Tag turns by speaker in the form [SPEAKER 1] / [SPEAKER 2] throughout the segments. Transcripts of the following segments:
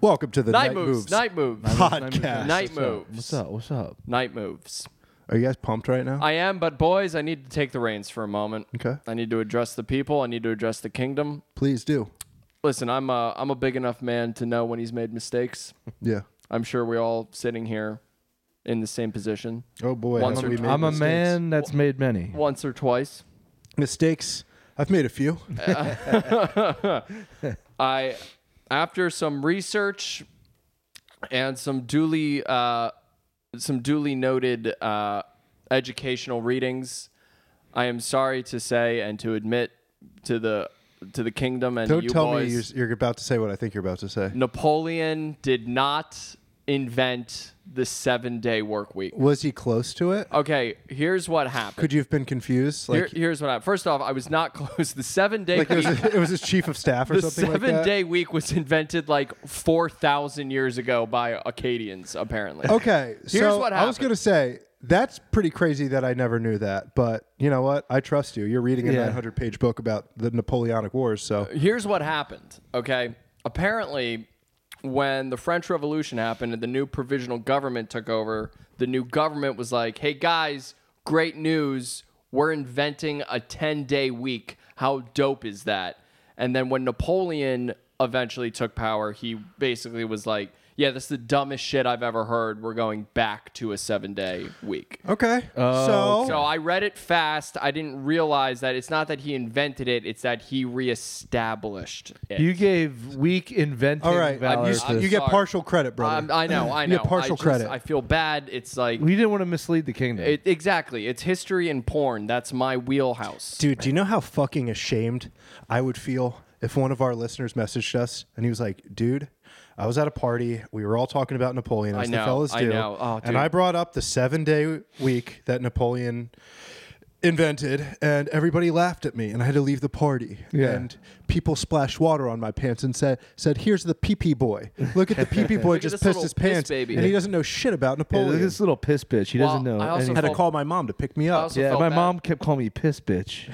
[SPEAKER 1] Welcome to the
[SPEAKER 2] Night, moves, Night moves.
[SPEAKER 1] podcast.
[SPEAKER 2] Night moves.
[SPEAKER 3] What's up? What's up?
[SPEAKER 2] Night moves.
[SPEAKER 1] Are you guys pumped right now?
[SPEAKER 2] I am, but boys, I need to take the reins for a moment.
[SPEAKER 1] Okay.
[SPEAKER 2] I need to address the people. I need to address the kingdom.
[SPEAKER 1] Please do.
[SPEAKER 2] Listen, I'm a, I'm a big enough man to know when he's made mistakes.
[SPEAKER 1] Yeah.
[SPEAKER 2] I'm sure we're all sitting here in the same position
[SPEAKER 1] Oh boy.
[SPEAKER 2] Once
[SPEAKER 1] have
[SPEAKER 2] or
[SPEAKER 1] we
[SPEAKER 2] twice.
[SPEAKER 1] made
[SPEAKER 2] Made
[SPEAKER 3] I'm a
[SPEAKER 1] mistakes.
[SPEAKER 3] man that's made many.
[SPEAKER 2] once or twice.
[SPEAKER 1] Mistakes. I've made a few.
[SPEAKER 2] I, after some research and some duly, uh, some duly noted uh, educational readings, I am sorry to say and to admit to the to the kingdom and to
[SPEAKER 1] Don't
[SPEAKER 2] you
[SPEAKER 1] tell
[SPEAKER 2] boys,
[SPEAKER 1] me you're, you're about to say what I think you're about to say.
[SPEAKER 2] Napoleon did not invent the seven day work week.
[SPEAKER 1] Was he close to it?
[SPEAKER 2] Okay, here's what happened.
[SPEAKER 1] Could you have been confused? Like,
[SPEAKER 2] Here- here's what happened. First off, I was not close. The seven day
[SPEAKER 1] like it, was, it was his chief of staff or
[SPEAKER 2] The
[SPEAKER 1] something like
[SPEAKER 2] seven
[SPEAKER 1] that.
[SPEAKER 2] day week was invented like 4,000 years ago by Acadians, apparently.
[SPEAKER 1] Okay. so
[SPEAKER 2] what
[SPEAKER 1] I was
[SPEAKER 2] happened.
[SPEAKER 1] going to say that's pretty crazy that I never knew that, but you know what? I trust you. You're reading a
[SPEAKER 3] Yeah.
[SPEAKER 1] 900 page book about the Napoleonic Wars, so
[SPEAKER 2] Here's what happened, okay? Apparently, when the French Revolution happened and the new provisional government took over, the new government was like, hey guys, great news. We're inventing a 10 day week. How dope is that? And then when Napoleon eventually took power, he basically was like, yeah, this is the dumbest shit I've ever heard. We're going back to a seven day week.
[SPEAKER 1] okay. so
[SPEAKER 2] So I read it fast. I didn't realize that it's not that he invented it; it's that he reestablished it.
[SPEAKER 3] You gave weak inventing
[SPEAKER 1] all right,
[SPEAKER 3] valor.
[SPEAKER 1] you,
[SPEAKER 3] to
[SPEAKER 1] you
[SPEAKER 2] I'm
[SPEAKER 3] this.
[SPEAKER 1] get
[SPEAKER 2] sorry.
[SPEAKER 1] partial credit, brother.
[SPEAKER 2] Um, I know, I
[SPEAKER 1] You
[SPEAKER 2] know.
[SPEAKER 1] get partial
[SPEAKER 2] I just-
[SPEAKER 1] credit.
[SPEAKER 2] I feel bad. It's like
[SPEAKER 3] we didn't want to mislead the kingdom.
[SPEAKER 2] it, exactly. It's history and porn. That's my wheelhouse.
[SPEAKER 1] Dude, do you know how fucking ashamed I would feel if one of our listeners messaged us and he was like, "Dude, I was at a party. We were all talking about Napoleon, as
[SPEAKER 2] know,
[SPEAKER 1] the fellas
[SPEAKER 2] I
[SPEAKER 1] do,
[SPEAKER 2] know. Oh, dude.
[SPEAKER 1] and I brought up the seven-day week that Napoleon invented, and everybody laughed at me, and I had to leave the party.
[SPEAKER 3] Yeah.
[SPEAKER 1] And people splashed water on my pants and said, "said Here's the pee pee boy. Look at the pee pee boy
[SPEAKER 2] at
[SPEAKER 1] just
[SPEAKER 2] this
[SPEAKER 1] pissed
[SPEAKER 2] little
[SPEAKER 1] his
[SPEAKER 2] piss
[SPEAKER 1] pants,
[SPEAKER 2] baby."
[SPEAKER 1] and he doesn't know shit about
[SPEAKER 3] Yeah, look at
[SPEAKER 1] Napoleon."
[SPEAKER 3] this little piss bitch. He doesn't
[SPEAKER 2] Well,
[SPEAKER 3] know.
[SPEAKER 2] I also
[SPEAKER 3] anything.
[SPEAKER 1] I had to call my mom to pick me
[SPEAKER 2] I
[SPEAKER 1] up.
[SPEAKER 2] also
[SPEAKER 3] yeah,
[SPEAKER 2] felt
[SPEAKER 3] my
[SPEAKER 2] bad.
[SPEAKER 3] mom kept calling me piss bitch.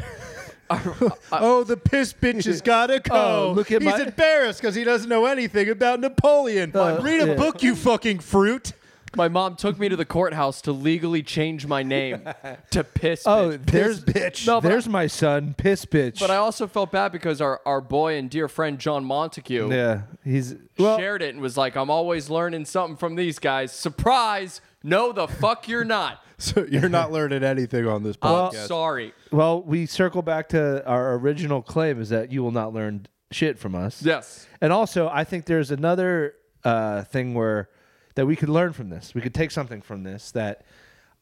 [SPEAKER 1] Oh, the piss bitch has got to go.
[SPEAKER 3] Oh, look at
[SPEAKER 1] He's
[SPEAKER 3] my-
[SPEAKER 1] embarrassed because he doesn't know anything about Napoleon.
[SPEAKER 3] Uh,
[SPEAKER 1] Read a
[SPEAKER 3] yeah.
[SPEAKER 1] book, you fucking fruit.
[SPEAKER 2] My mom took me to the courthouse to legally change my name to piss.
[SPEAKER 3] Oh,
[SPEAKER 2] Bitch.
[SPEAKER 3] there's
[SPEAKER 1] bitch.
[SPEAKER 2] No, but-
[SPEAKER 3] there's my son, piss bitch.
[SPEAKER 2] But I also felt bad because our, our boy and dear friend John Montague
[SPEAKER 3] yeah, he's well.
[SPEAKER 2] shared it and was like, I'm always learning something from these guys. Surprise! No, the fuck you're not.
[SPEAKER 1] So you're not learning anything on this
[SPEAKER 2] I'm
[SPEAKER 1] podcast.
[SPEAKER 2] sorry.
[SPEAKER 3] Well, we circle back to our original claim is that you will not learn shit from us.
[SPEAKER 2] Yes.
[SPEAKER 3] And also, I think there's another uh, thing where that we could learn from this. We could take something from this that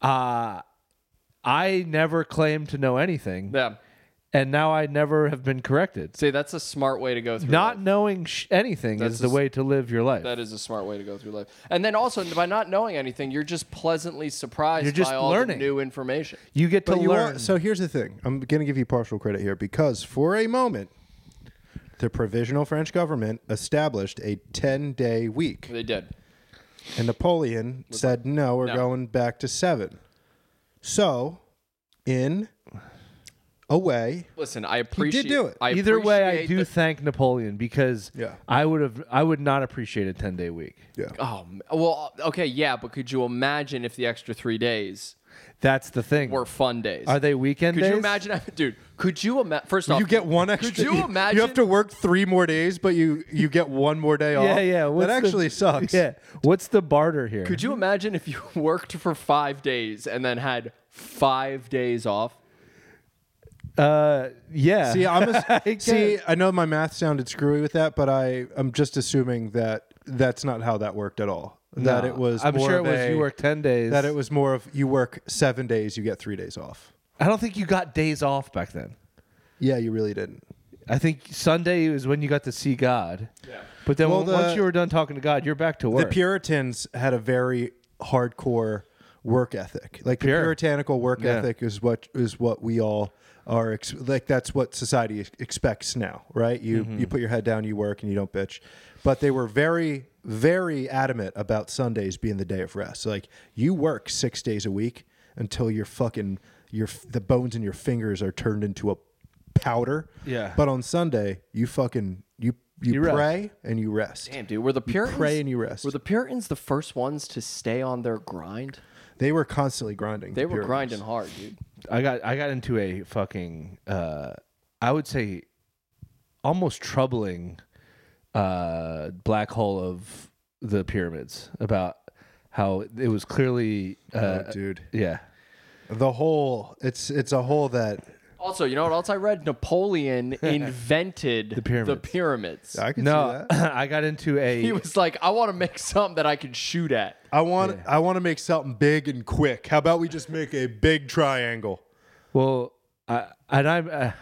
[SPEAKER 3] uh, I never claimed to know anything,
[SPEAKER 2] Yeah.
[SPEAKER 3] and now I never have been corrected.
[SPEAKER 2] See, that's a smart way to go through
[SPEAKER 3] Not
[SPEAKER 2] life.
[SPEAKER 3] knowing sh- anything
[SPEAKER 2] That's
[SPEAKER 3] is the
[SPEAKER 2] just-
[SPEAKER 3] way to live your life.
[SPEAKER 2] That is a smart way to go through life. And then also, by not knowing anything, you're just pleasantly surprised
[SPEAKER 3] You're just
[SPEAKER 2] by all
[SPEAKER 3] learning.
[SPEAKER 2] the new information.
[SPEAKER 3] you get to
[SPEAKER 1] But you
[SPEAKER 3] learn.
[SPEAKER 1] are, so here's the thing. I'm going to give you partial credit here because for a moment, the provisional French government established a 10 day week.
[SPEAKER 2] They did.
[SPEAKER 1] And Napoleon said, no, we're
[SPEAKER 2] No.
[SPEAKER 1] going back to seven. So, in a way,
[SPEAKER 2] Listen, I appreciate
[SPEAKER 1] do it.
[SPEAKER 2] I
[SPEAKER 3] Either way, I
[SPEAKER 2] appreciate
[SPEAKER 3] do
[SPEAKER 2] the-
[SPEAKER 3] thank Napoleon because
[SPEAKER 1] Yeah.
[SPEAKER 3] I would have I would not appreciate a ten day week.
[SPEAKER 1] yeah.
[SPEAKER 2] oh, m- well, okay, yeah, but could you imagine if the extra three days
[SPEAKER 3] That's the thing.
[SPEAKER 2] were fun days?
[SPEAKER 3] Are they weekend
[SPEAKER 2] Could
[SPEAKER 3] days?
[SPEAKER 2] you imagine, dude? Could you imagine? First off,
[SPEAKER 1] You get one extra.
[SPEAKER 2] Could you imagine?
[SPEAKER 1] You have to work three more days, but you you get one more day off.
[SPEAKER 3] Yeah, yeah. what's
[SPEAKER 1] That
[SPEAKER 3] the-
[SPEAKER 1] actually sucks.
[SPEAKER 3] Yeah. What's the barter here?
[SPEAKER 2] Could you imagine if you worked for five days and then had five days off?
[SPEAKER 3] Uh, yeah.
[SPEAKER 1] See, I'm a,
[SPEAKER 3] I
[SPEAKER 1] see.
[SPEAKER 3] guess.
[SPEAKER 1] I know my math sounded screwy with that, but I I'm just assuming that that's not how that worked at all. That
[SPEAKER 3] No.
[SPEAKER 1] it was.
[SPEAKER 3] I'm
[SPEAKER 1] more
[SPEAKER 3] sure
[SPEAKER 1] of
[SPEAKER 3] it was
[SPEAKER 1] a-
[SPEAKER 3] you work 10 days.
[SPEAKER 1] That it was more of you work seven days, you get three days off.
[SPEAKER 3] I don't think you got days off back then.
[SPEAKER 1] Yeah, you really didn't.
[SPEAKER 3] I think Sunday was when you got to see God. Yeah. But then
[SPEAKER 1] Well,
[SPEAKER 3] on-
[SPEAKER 1] the-
[SPEAKER 3] once you were done talking to God, you're back to
[SPEAKER 1] The
[SPEAKER 3] work.
[SPEAKER 1] Puritans had a very hardcore work ethic. Like the
[SPEAKER 3] Pure.
[SPEAKER 1] puritanical work
[SPEAKER 3] Yeah.
[SPEAKER 1] ethic is what is what we all are ex- like. That's what
[SPEAKER 3] Mm-hmm.
[SPEAKER 1] society ex- expects now, right? You you put your head down, you work, and you don't bitch. But they were very very adamant about Sundays being the day of rest. Like you work six days a week until your fucking your the bones in your fingers are turned into a powder.
[SPEAKER 3] Yeah.
[SPEAKER 1] But on Sunday, you fucking you you,
[SPEAKER 3] You rest.
[SPEAKER 1] pray and you rest.
[SPEAKER 2] Damn, dude, were the Puritans
[SPEAKER 1] pray and you rest.
[SPEAKER 2] Were the Puritans the first ones to stay on their grind?
[SPEAKER 1] They were constantly grinding.
[SPEAKER 2] They were
[SPEAKER 1] Puritans.
[SPEAKER 2] grinding hard, dude.
[SPEAKER 3] I got I got into a fucking uh, I would say almost troubling uh, black hole of the pyramids about how it was clearly uh,
[SPEAKER 1] Oh, dude.
[SPEAKER 3] yeah
[SPEAKER 1] The whole it's it's a whole that
[SPEAKER 2] Also, you know what else I read? Napoleon invented the
[SPEAKER 3] pyramids.
[SPEAKER 2] pyramids.
[SPEAKER 1] I can see
[SPEAKER 3] no
[SPEAKER 1] that.
[SPEAKER 3] I got into a
[SPEAKER 2] He was like, I want to make something that I can shoot at.
[SPEAKER 1] I want I want to make something big and quick. How about we just make a big triangle?
[SPEAKER 3] well I, and I'm uh,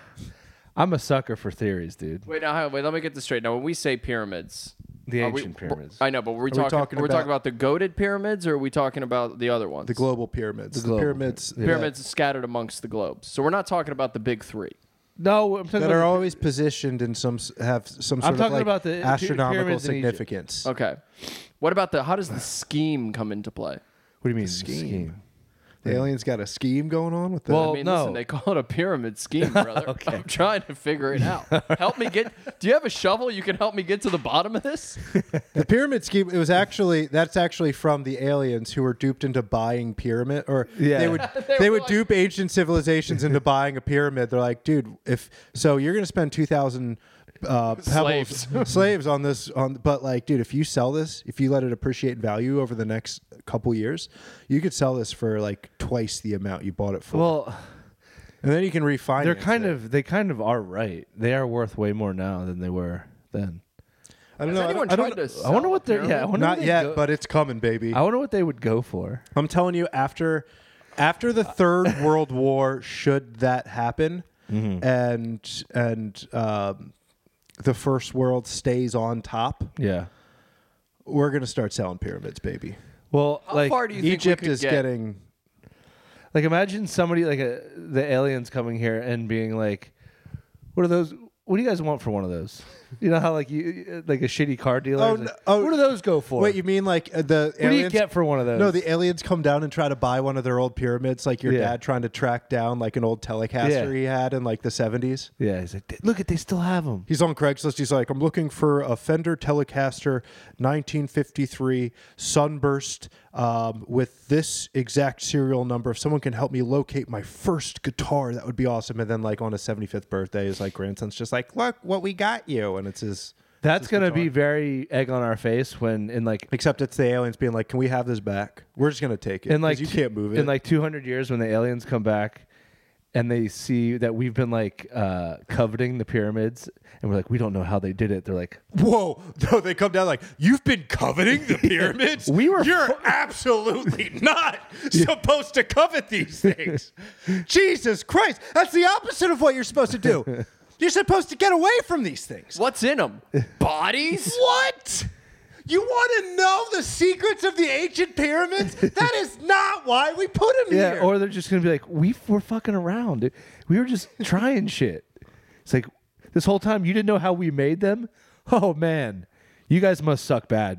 [SPEAKER 3] I'm a sucker for theories dude
[SPEAKER 2] Wait, now, wait, let me get this straight. Now, when we say pyramids,
[SPEAKER 3] the
[SPEAKER 2] are we-
[SPEAKER 3] ancient pyramids
[SPEAKER 2] I know, but we're we talking,
[SPEAKER 1] talking
[SPEAKER 2] we're talking
[SPEAKER 1] about-
[SPEAKER 2] about the goaded pyramids, or are we talking about the other ones?
[SPEAKER 1] The global pyramids. The,
[SPEAKER 3] global
[SPEAKER 1] pyramids.
[SPEAKER 2] pyramids scattered amongst the globes. So we're not talking about the big three.
[SPEAKER 3] no I'm talking
[SPEAKER 1] that, that are
[SPEAKER 3] about
[SPEAKER 1] always positioned in some s- have some sort
[SPEAKER 3] I'm
[SPEAKER 1] of
[SPEAKER 3] talking
[SPEAKER 1] like
[SPEAKER 3] about the py-
[SPEAKER 1] astronomical
[SPEAKER 3] pyramids in Egypt.
[SPEAKER 1] significance.
[SPEAKER 2] Okay, what about the? How does the scheme come into play?
[SPEAKER 3] what do you mean
[SPEAKER 1] scheme.
[SPEAKER 3] scheme?
[SPEAKER 1] The aliens got a scheme going on with that.
[SPEAKER 3] Well,
[SPEAKER 2] I mean,
[SPEAKER 3] no.
[SPEAKER 2] listen, they call it a pyramid scheme, brother. I'm trying to figure it out. Help me get. Do you have a shovel? You can help me get to the bottom of this.
[SPEAKER 1] the pyramid scheme. It was actually that's actually from the aliens who were duped into buying pyramid, or
[SPEAKER 3] Yeah.
[SPEAKER 1] they would
[SPEAKER 2] They
[SPEAKER 1] they,
[SPEAKER 2] were
[SPEAKER 1] would
[SPEAKER 2] like-
[SPEAKER 1] dupe ancient civilizations into buying a pyramid. They're like, dude, if so, you're gonna spend two thousand uh, pebbles, slaves on this. On but like, dude, if you sell this, if you let it appreciate in value over the next couple years, you could sell this for like twice the amount you bought it for,
[SPEAKER 3] well
[SPEAKER 1] and then you can refinance.
[SPEAKER 3] they're kind
[SPEAKER 1] it.
[SPEAKER 3] of they kind of are right they are worth way more now than they were then.
[SPEAKER 1] I don't
[SPEAKER 2] Has
[SPEAKER 1] know. I don't-
[SPEAKER 2] anyone
[SPEAKER 1] I don't-
[SPEAKER 2] tried to sell
[SPEAKER 3] I wonder what
[SPEAKER 2] a
[SPEAKER 3] they're. Yeah, I
[SPEAKER 2] pyramid?
[SPEAKER 3] wonder what
[SPEAKER 1] not
[SPEAKER 3] they
[SPEAKER 1] yet,
[SPEAKER 3] go-
[SPEAKER 1] but it's coming, baby.
[SPEAKER 3] I wonder what they would go for.
[SPEAKER 1] I'm telling you, after after the third World War, should that happen, and and um, the first world stays on top,
[SPEAKER 3] Yeah.
[SPEAKER 1] we're gonna start selling pyramids, baby.
[SPEAKER 3] Well,
[SPEAKER 2] How
[SPEAKER 3] like
[SPEAKER 2] far do you think we
[SPEAKER 1] Egypt
[SPEAKER 2] could
[SPEAKER 1] is
[SPEAKER 2] get?
[SPEAKER 1] getting
[SPEAKER 3] like imagine somebody like a, the aliens coming here and being like, "What are those? What do you guys want for one of those? You know how like you like a shitty car dealer.
[SPEAKER 1] Oh,
[SPEAKER 3] is like,
[SPEAKER 1] no- oh,
[SPEAKER 3] what do those go for?
[SPEAKER 1] Wait, you mean like uh, the
[SPEAKER 3] what do you
[SPEAKER 1] aliens?
[SPEAKER 3] get for one of those?
[SPEAKER 1] no, the aliens come down and try to buy one of their old pyramids, like your
[SPEAKER 3] Yeah.
[SPEAKER 1] dad trying to track down like an old Telecaster
[SPEAKER 3] Yeah.
[SPEAKER 1] he had in like the 70s.
[SPEAKER 3] yeah. He's like, "They- look at they still have them.
[SPEAKER 1] He's on Craigslist. He's like, I'm looking for a Fender Telecaster 1953 Sunburst um, with this exact serial number. If someone can help me locate my first guitar, that would be awesome. And then, like, on his 75th birthday, his like grandson's just like, Look what we got you. And it's his,
[SPEAKER 3] That's gonna be very egg on our face when in like
[SPEAKER 1] except it's the aliens being like, Can we have this back? We're just going to take it.
[SPEAKER 3] in like
[SPEAKER 1] 'cause you
[SPEAKER 3] two-
[SPEAKER 1] can't move it.
[SPEAKER 3] in like 200 years when the aliens come back and they see that we've been like uh, coveting the pyramids and we're like we don't know how they did it they're like
[SPEAKER 1] Whoa! No, they come down like you've been coveting the pyramids.
[SPEAKER 3] We were
[SPEAKER 1] You're absolutely not supposed to covet these things. Jesus Christ! That's the opposite of what you're supposed to do. You're supposed to get away from these things.
[SPEAKER 2] What's in them? Bodies?
[SPEAKER 1] What? You want to know the secrets of the ancient pyramids? That is not why we put them
[SPEAKER 3] yeah
[SPEAKER 1] here.
[SPEAKER 3] or they're just gonna be like we were fucking around dude. we were just trying shit it's like this whole time you didn't know how we made them oh man you guys must suck bad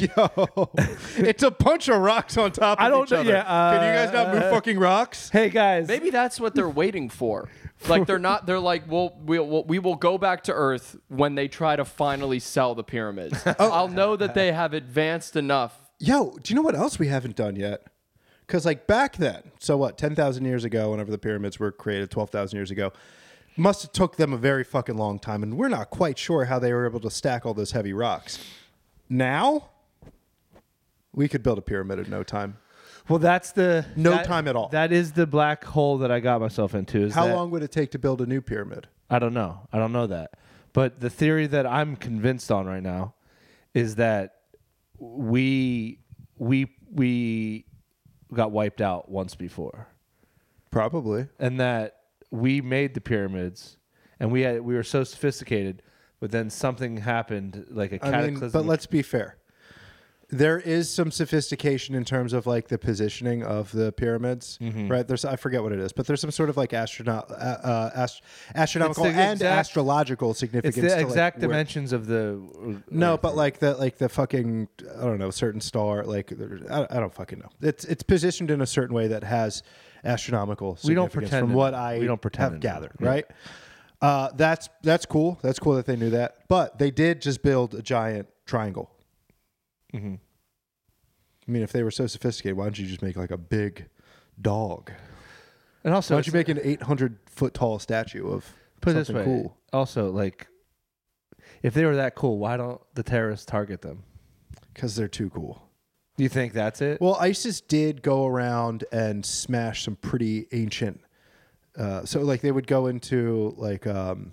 [SPEAKER 1] Yo, it's a bunch of rocks on top of
[SPEAKER 3] I don't
[SPEAKER 1] each
[SPEAKER 3] know-
[SPEAKER 1] other.
[SPEAKER 3] yeah,
[SPEAKER 1] Can you guys not move
[SPEAKER 3] uh,
[SPEAKER 1] fucking rocks?
[SPEAKER 3] hey guys
[SPEAKER 2] Maybe that's what they're waiting for. Like they're not. They're like, well, we'll, we'll we will go back to Earth when they try to finally sell the pyramids. I'll know that they have advanced enough.
[SPEAKER 1] Yo, do you know what else we haven't done yet? Because like back then, so what? Ten thousand years ago, whenever the pyramids were created, twelve thousand years ago, must have took them a very fucking long time, and we're not quite sure how they were able to stack all those heavy rocks. Now, we could build a pyramid in no time.
[SPEAKER 3] well that's the
[SPEAKER 1] No
[SPEAKER 3] that-
[SPEAKER 1] time at all.
[SPEAKER 3] that is the black hole that i got myself into is
[SPEAKER 1] How
[SPEAKER 3] that-
[SPEAKER 1] long would it take to build a new pyramid?
[SPEAKER 3] I don't know. I don't know that. But the theory that I'm convinced on right now is that we we we got wiped out once before,
[SPEAKER 1] Probably.
[SPEAKER 3] and that we made the pyramids, and we had we were so sophisticated, but then something happened like a
[SPEAKER 1] I mean,
[SPEAKER 3] cataclysm.
[SPEAKER 1] but let's be fair. there is some sophistication in terms of like the positioning of the pyramids,
[SPEAKER 3] Mm-hmm.
[SPEAKER 1] right? There's I forget what it is, but there's some sort of like astronaut, uh, uh, ast- astronomical
[SPEAKER 3] It's the
[SPEAKER 1] and
[SPEAKER 3] exact-
[SPEAKER 1] astrological
[SPEAKER 3] It's
[SPEAKER 1] significance.
[SPEAKER 3] the
[SPEAKER 1] to, like,
[SPEAKER 3] exact
[SPEAKER 1] where-
[SPEAKER 3] dimensions of the. uh,
[SPEAKER 1] No, but like the like the fucking I don't know certain star like there- I, I don't fucking know. It's it's positioned in a certain way that has astronomical.
[SPEAKER 3] We
[SPEAKER 1] significance
[SPEAKER 3] don't pretend
[SPEAKER 1] from
[SPEAKER 3] to
[SPEAKER 1] what
[SPEAKER 3] know.
[SPEAKER 1] I
[SPEAKER 3] We don't pretend
[SPEAKER 1] have
[SPEAKER 3] to know.
[SPEAKER 1] gathered
[SPEAKER 3] Yeah.
[SPEAKER 1] right. Uh, that's that's cool. That's cool that they knew that, but they did just build a giant triangle.
[SPEAKER 3] Mhm.
[SPEAKER 1] I mean, if they were so sophisticated, why don't you just make like a big dog?
[SPEAKER 3] And
[SPEAKER 1] So
[SPEAKER 3] also,
[SPEAKER 1] why don't you
[SPEAKER 3] it's-
[SPEAKER 1] make an 800 foot tall statue of
[SPEAKER 3] put it
[SPEAKER 1] something
[SPEAKER 3] this way.
[SPEAKER 1] cool?
[SPEAKER 3] Also, like, if they were that cool, why don't the terrorists target them?
[SPEAKER 1] Because they're too cool.
[SPEAKER 3] Do you think that's it?
[SPEAKER 1] Well, ISIS did go around and smash some pretty ancient. Uh, so like they would go into like um,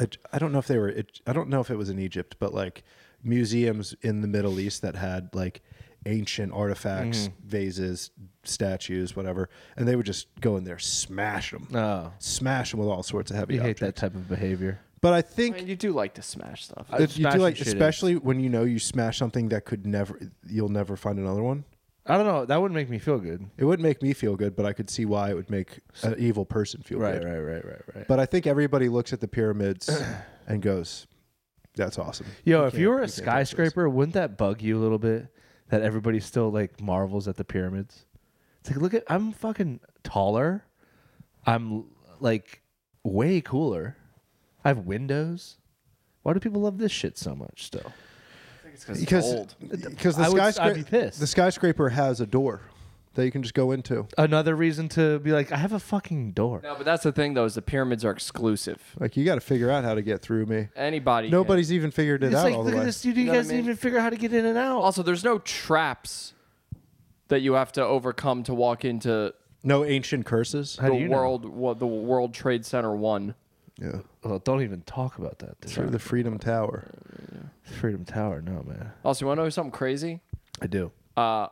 [SPEAKER 1] I I don't know if they were it, I don't know if it was in Egypt, but like museums in the Middle East that had like ancient artifacts, vases, statues, whatever, and they would just go in there, smash them,
[SPEAKER 3] no,
[SPEAKER 1] smash them with all sorts of heavy
[SPEAKER 3] Oh, you hate
[SPEAKER 1] objects.
[SPEAKER 3] that type of behavior.
[SPEAKER 1] But I
[SPEAKER 2] I
[SPEAKER 1] think
[SPEAKER 2] mean, you do like to smash stuff.
[SPEAKER 3] I-
[SPEAKER 1] if you do
[SPEAKER 3] smashing
[SPEAKER 1] like,
[SPEAKER 3] shit is-
[SPEAKER 1] especially when you know you smash something that could never, you'll never find another one.
[SPEAKER 3] I don't know. That wouldn't make me feel good.
[SPEAKER 1] It wouldn't make me feel good, but I could see why it would make an evil person feel good.
[SPEAKER 3] right, right, right, right.
[SPEAKER 1] But I think everybody looks at the pyramids and goes, "That's awesome."
[SPEAKER 3] Yo,
[SPEAKER 1] You
[SPEAKER 3] if
[SPEAKER 1] can't-
[SPEAKER 3] you were a
[SPEAKER 1] can't touch this.
[SPEAKER 3] skyscraper, wouldn't that bug you a little bit that everybody still like marvels at the pyramids? It's like, look at I'm fucking taller. I'm like way cooler. I have windows. Why do people love this shit so much still?
[SPEAKER 1] because because the
[SPEAKER 3] I would- I'd be
[SPEAKER 1] skyscraper
[SPEAKER 3] pissed.
[SPEAKER 1] the skyscraper has a door that you can just go into.
[SPEAKER 3] Another reason to be like, I have a fucking door.
[SPEAKER 2] No, but that's the thing though is the pyramids are exclusive.
[SPEAKER 1] Like you got to figure out how to get through me.
[SPEAKER 2] Anybody. can-
[SPEAKER 1] Nobody's even figured it
[SPEAKER 3] It's
[SPEAKER 1] out
[SPEAKER 3] like,
[SPEAKER 1] all
[SPEAKER 3] look
[SPEAKER 1] the way.
[SPEAKER 3] at this dude. You,
[SPEAKER 2] know what I
[SPEAKER 3] guys didn't
[SPEAKER 2] mean?
[SPEAKER 3] even figure out how to get in and out.
[SPEAKER 2] Also, there's no traps that you have to overcome to walk into
[SPEAKER 1] No ancient curses.
[SPEAKER 3] How do you
[SPEAKER 2] the
[SPEAKER 3] know?
[SPEAKER 2] world wo- the World Trade Center one.
[SPEAKER 1] Yeah,
[SPEAKER 3] Oh, don't even talk about that. dude.
[SPEAKER 1] through the Freedom Tower.
[SPEAKER 3] Freedom Tower. No, man.
[SPEAKER 2] Also, you want to know something crazy?
[SPEAKER 3] I do.
[SPEAKER 2] Uh,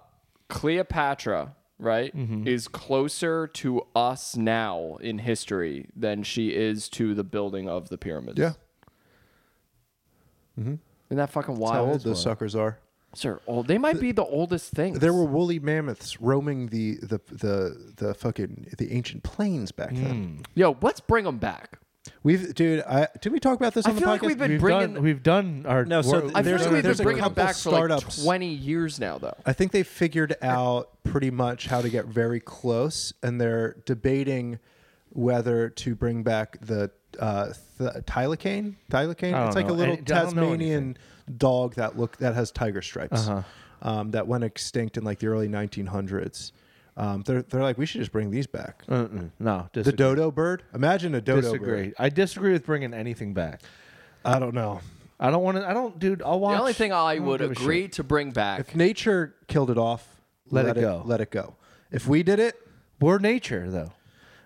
[SPEAKER 2] Cleopatra, right,
[SPEAKER 1] Mm-hmm.
[SPEAKER 2] is closer to us now in history than she is to the building of the pyramids.
[SPEAKER 1] Yeah,
[SPEAKER 2] Isn't that fucking
[SPEAKER 1] that's how
[SPEAKER 2] wild?
[SPEAKER 1] old those suckers are.
[SPEAKER 2] Sir, old. They might be the oldest things.
[SPEAKER 1] There were woolly mammoths roaming the the the, the fucking the ancient plains back then.
[SPEAKER 3] Hmm.
[SPEAKER 2] Yo, let's bring them back.
[SPEAKER 1] We've, dude, I, did we talk about this
[SPEAKER 2] I
[SPEAKER 1] on the
[SPEAKER 2] feel
[SPEAKER 1] podcast?
[SPEAKER 2] like we've been
[SPEAKER 3] We've
[SPEAKER 2] bringing.
[SPEAKER 3] done. We've done our.
[SPEAKER 1] No, so
[SPEAKER 3] we're-
[SPEAKER 1] th-
[SPEAKER 2] I feel
[SPEAKER 3] we've
[SPEAKER 1] There's
[SPEAKER 2] like
[SPEAKER 1] a-
[SPEAKER 2] we've
[SPEAKER 1] there's
[SPEAKER 2] been
[SPEAKER 1] a
[SPEAKER 2] bringing them
[SPEAKER 1] couple
[SPEAKER 2] back for like
[SPEAKER 1] startups.
[SPEAKER 2] 20 years now, though.
[SPEAKER 1] I think they figured out pretty much how to get very close, and they're debating whether to bring back the uh, th- tylocaine.
[SPEAKER 3] I
[SPEAKER 1] Tylocaine.
[SPEAKER 3] don't
[SPEAKER 1] It's like
[SPEAKER 3] know.
[SPEAKER 1] a little
[SPEAKER 3] I don't know Uh-huh.
[SPEAKER 1] Tasmanian dog that look that has tiger stripes um, that went extinct in like the early 1900s. Um, they're they're like we should just bring these back.
[SPEAKER 3] Mm-mm, uh-uh, no,
[SPEAKER 1] The
[SPEAKER 3] disagree.
[SPEAKER 1] dodo bird. Imagine a dodo bird.
[SPEAKER 3] disagree. I disagree with bringing anything back.
[SPEAKER 1] I don't know.
[SPEAKER 3] I don't want to. I don't, dude. I'll watch.
[SPEAKER 2] The only thing I
[SPEAKER 3] don't
[SPEAKER 2] would
[SPEAKER 3] give a
[SPEAKER 2] agree to bring back.
[SPEAKER 1] If nature killed it off,
[SPEAKER 3] Let it go.
[SPEAKER 1] Let it go. If we did it,
[SPEAKER 3] We're nature, though.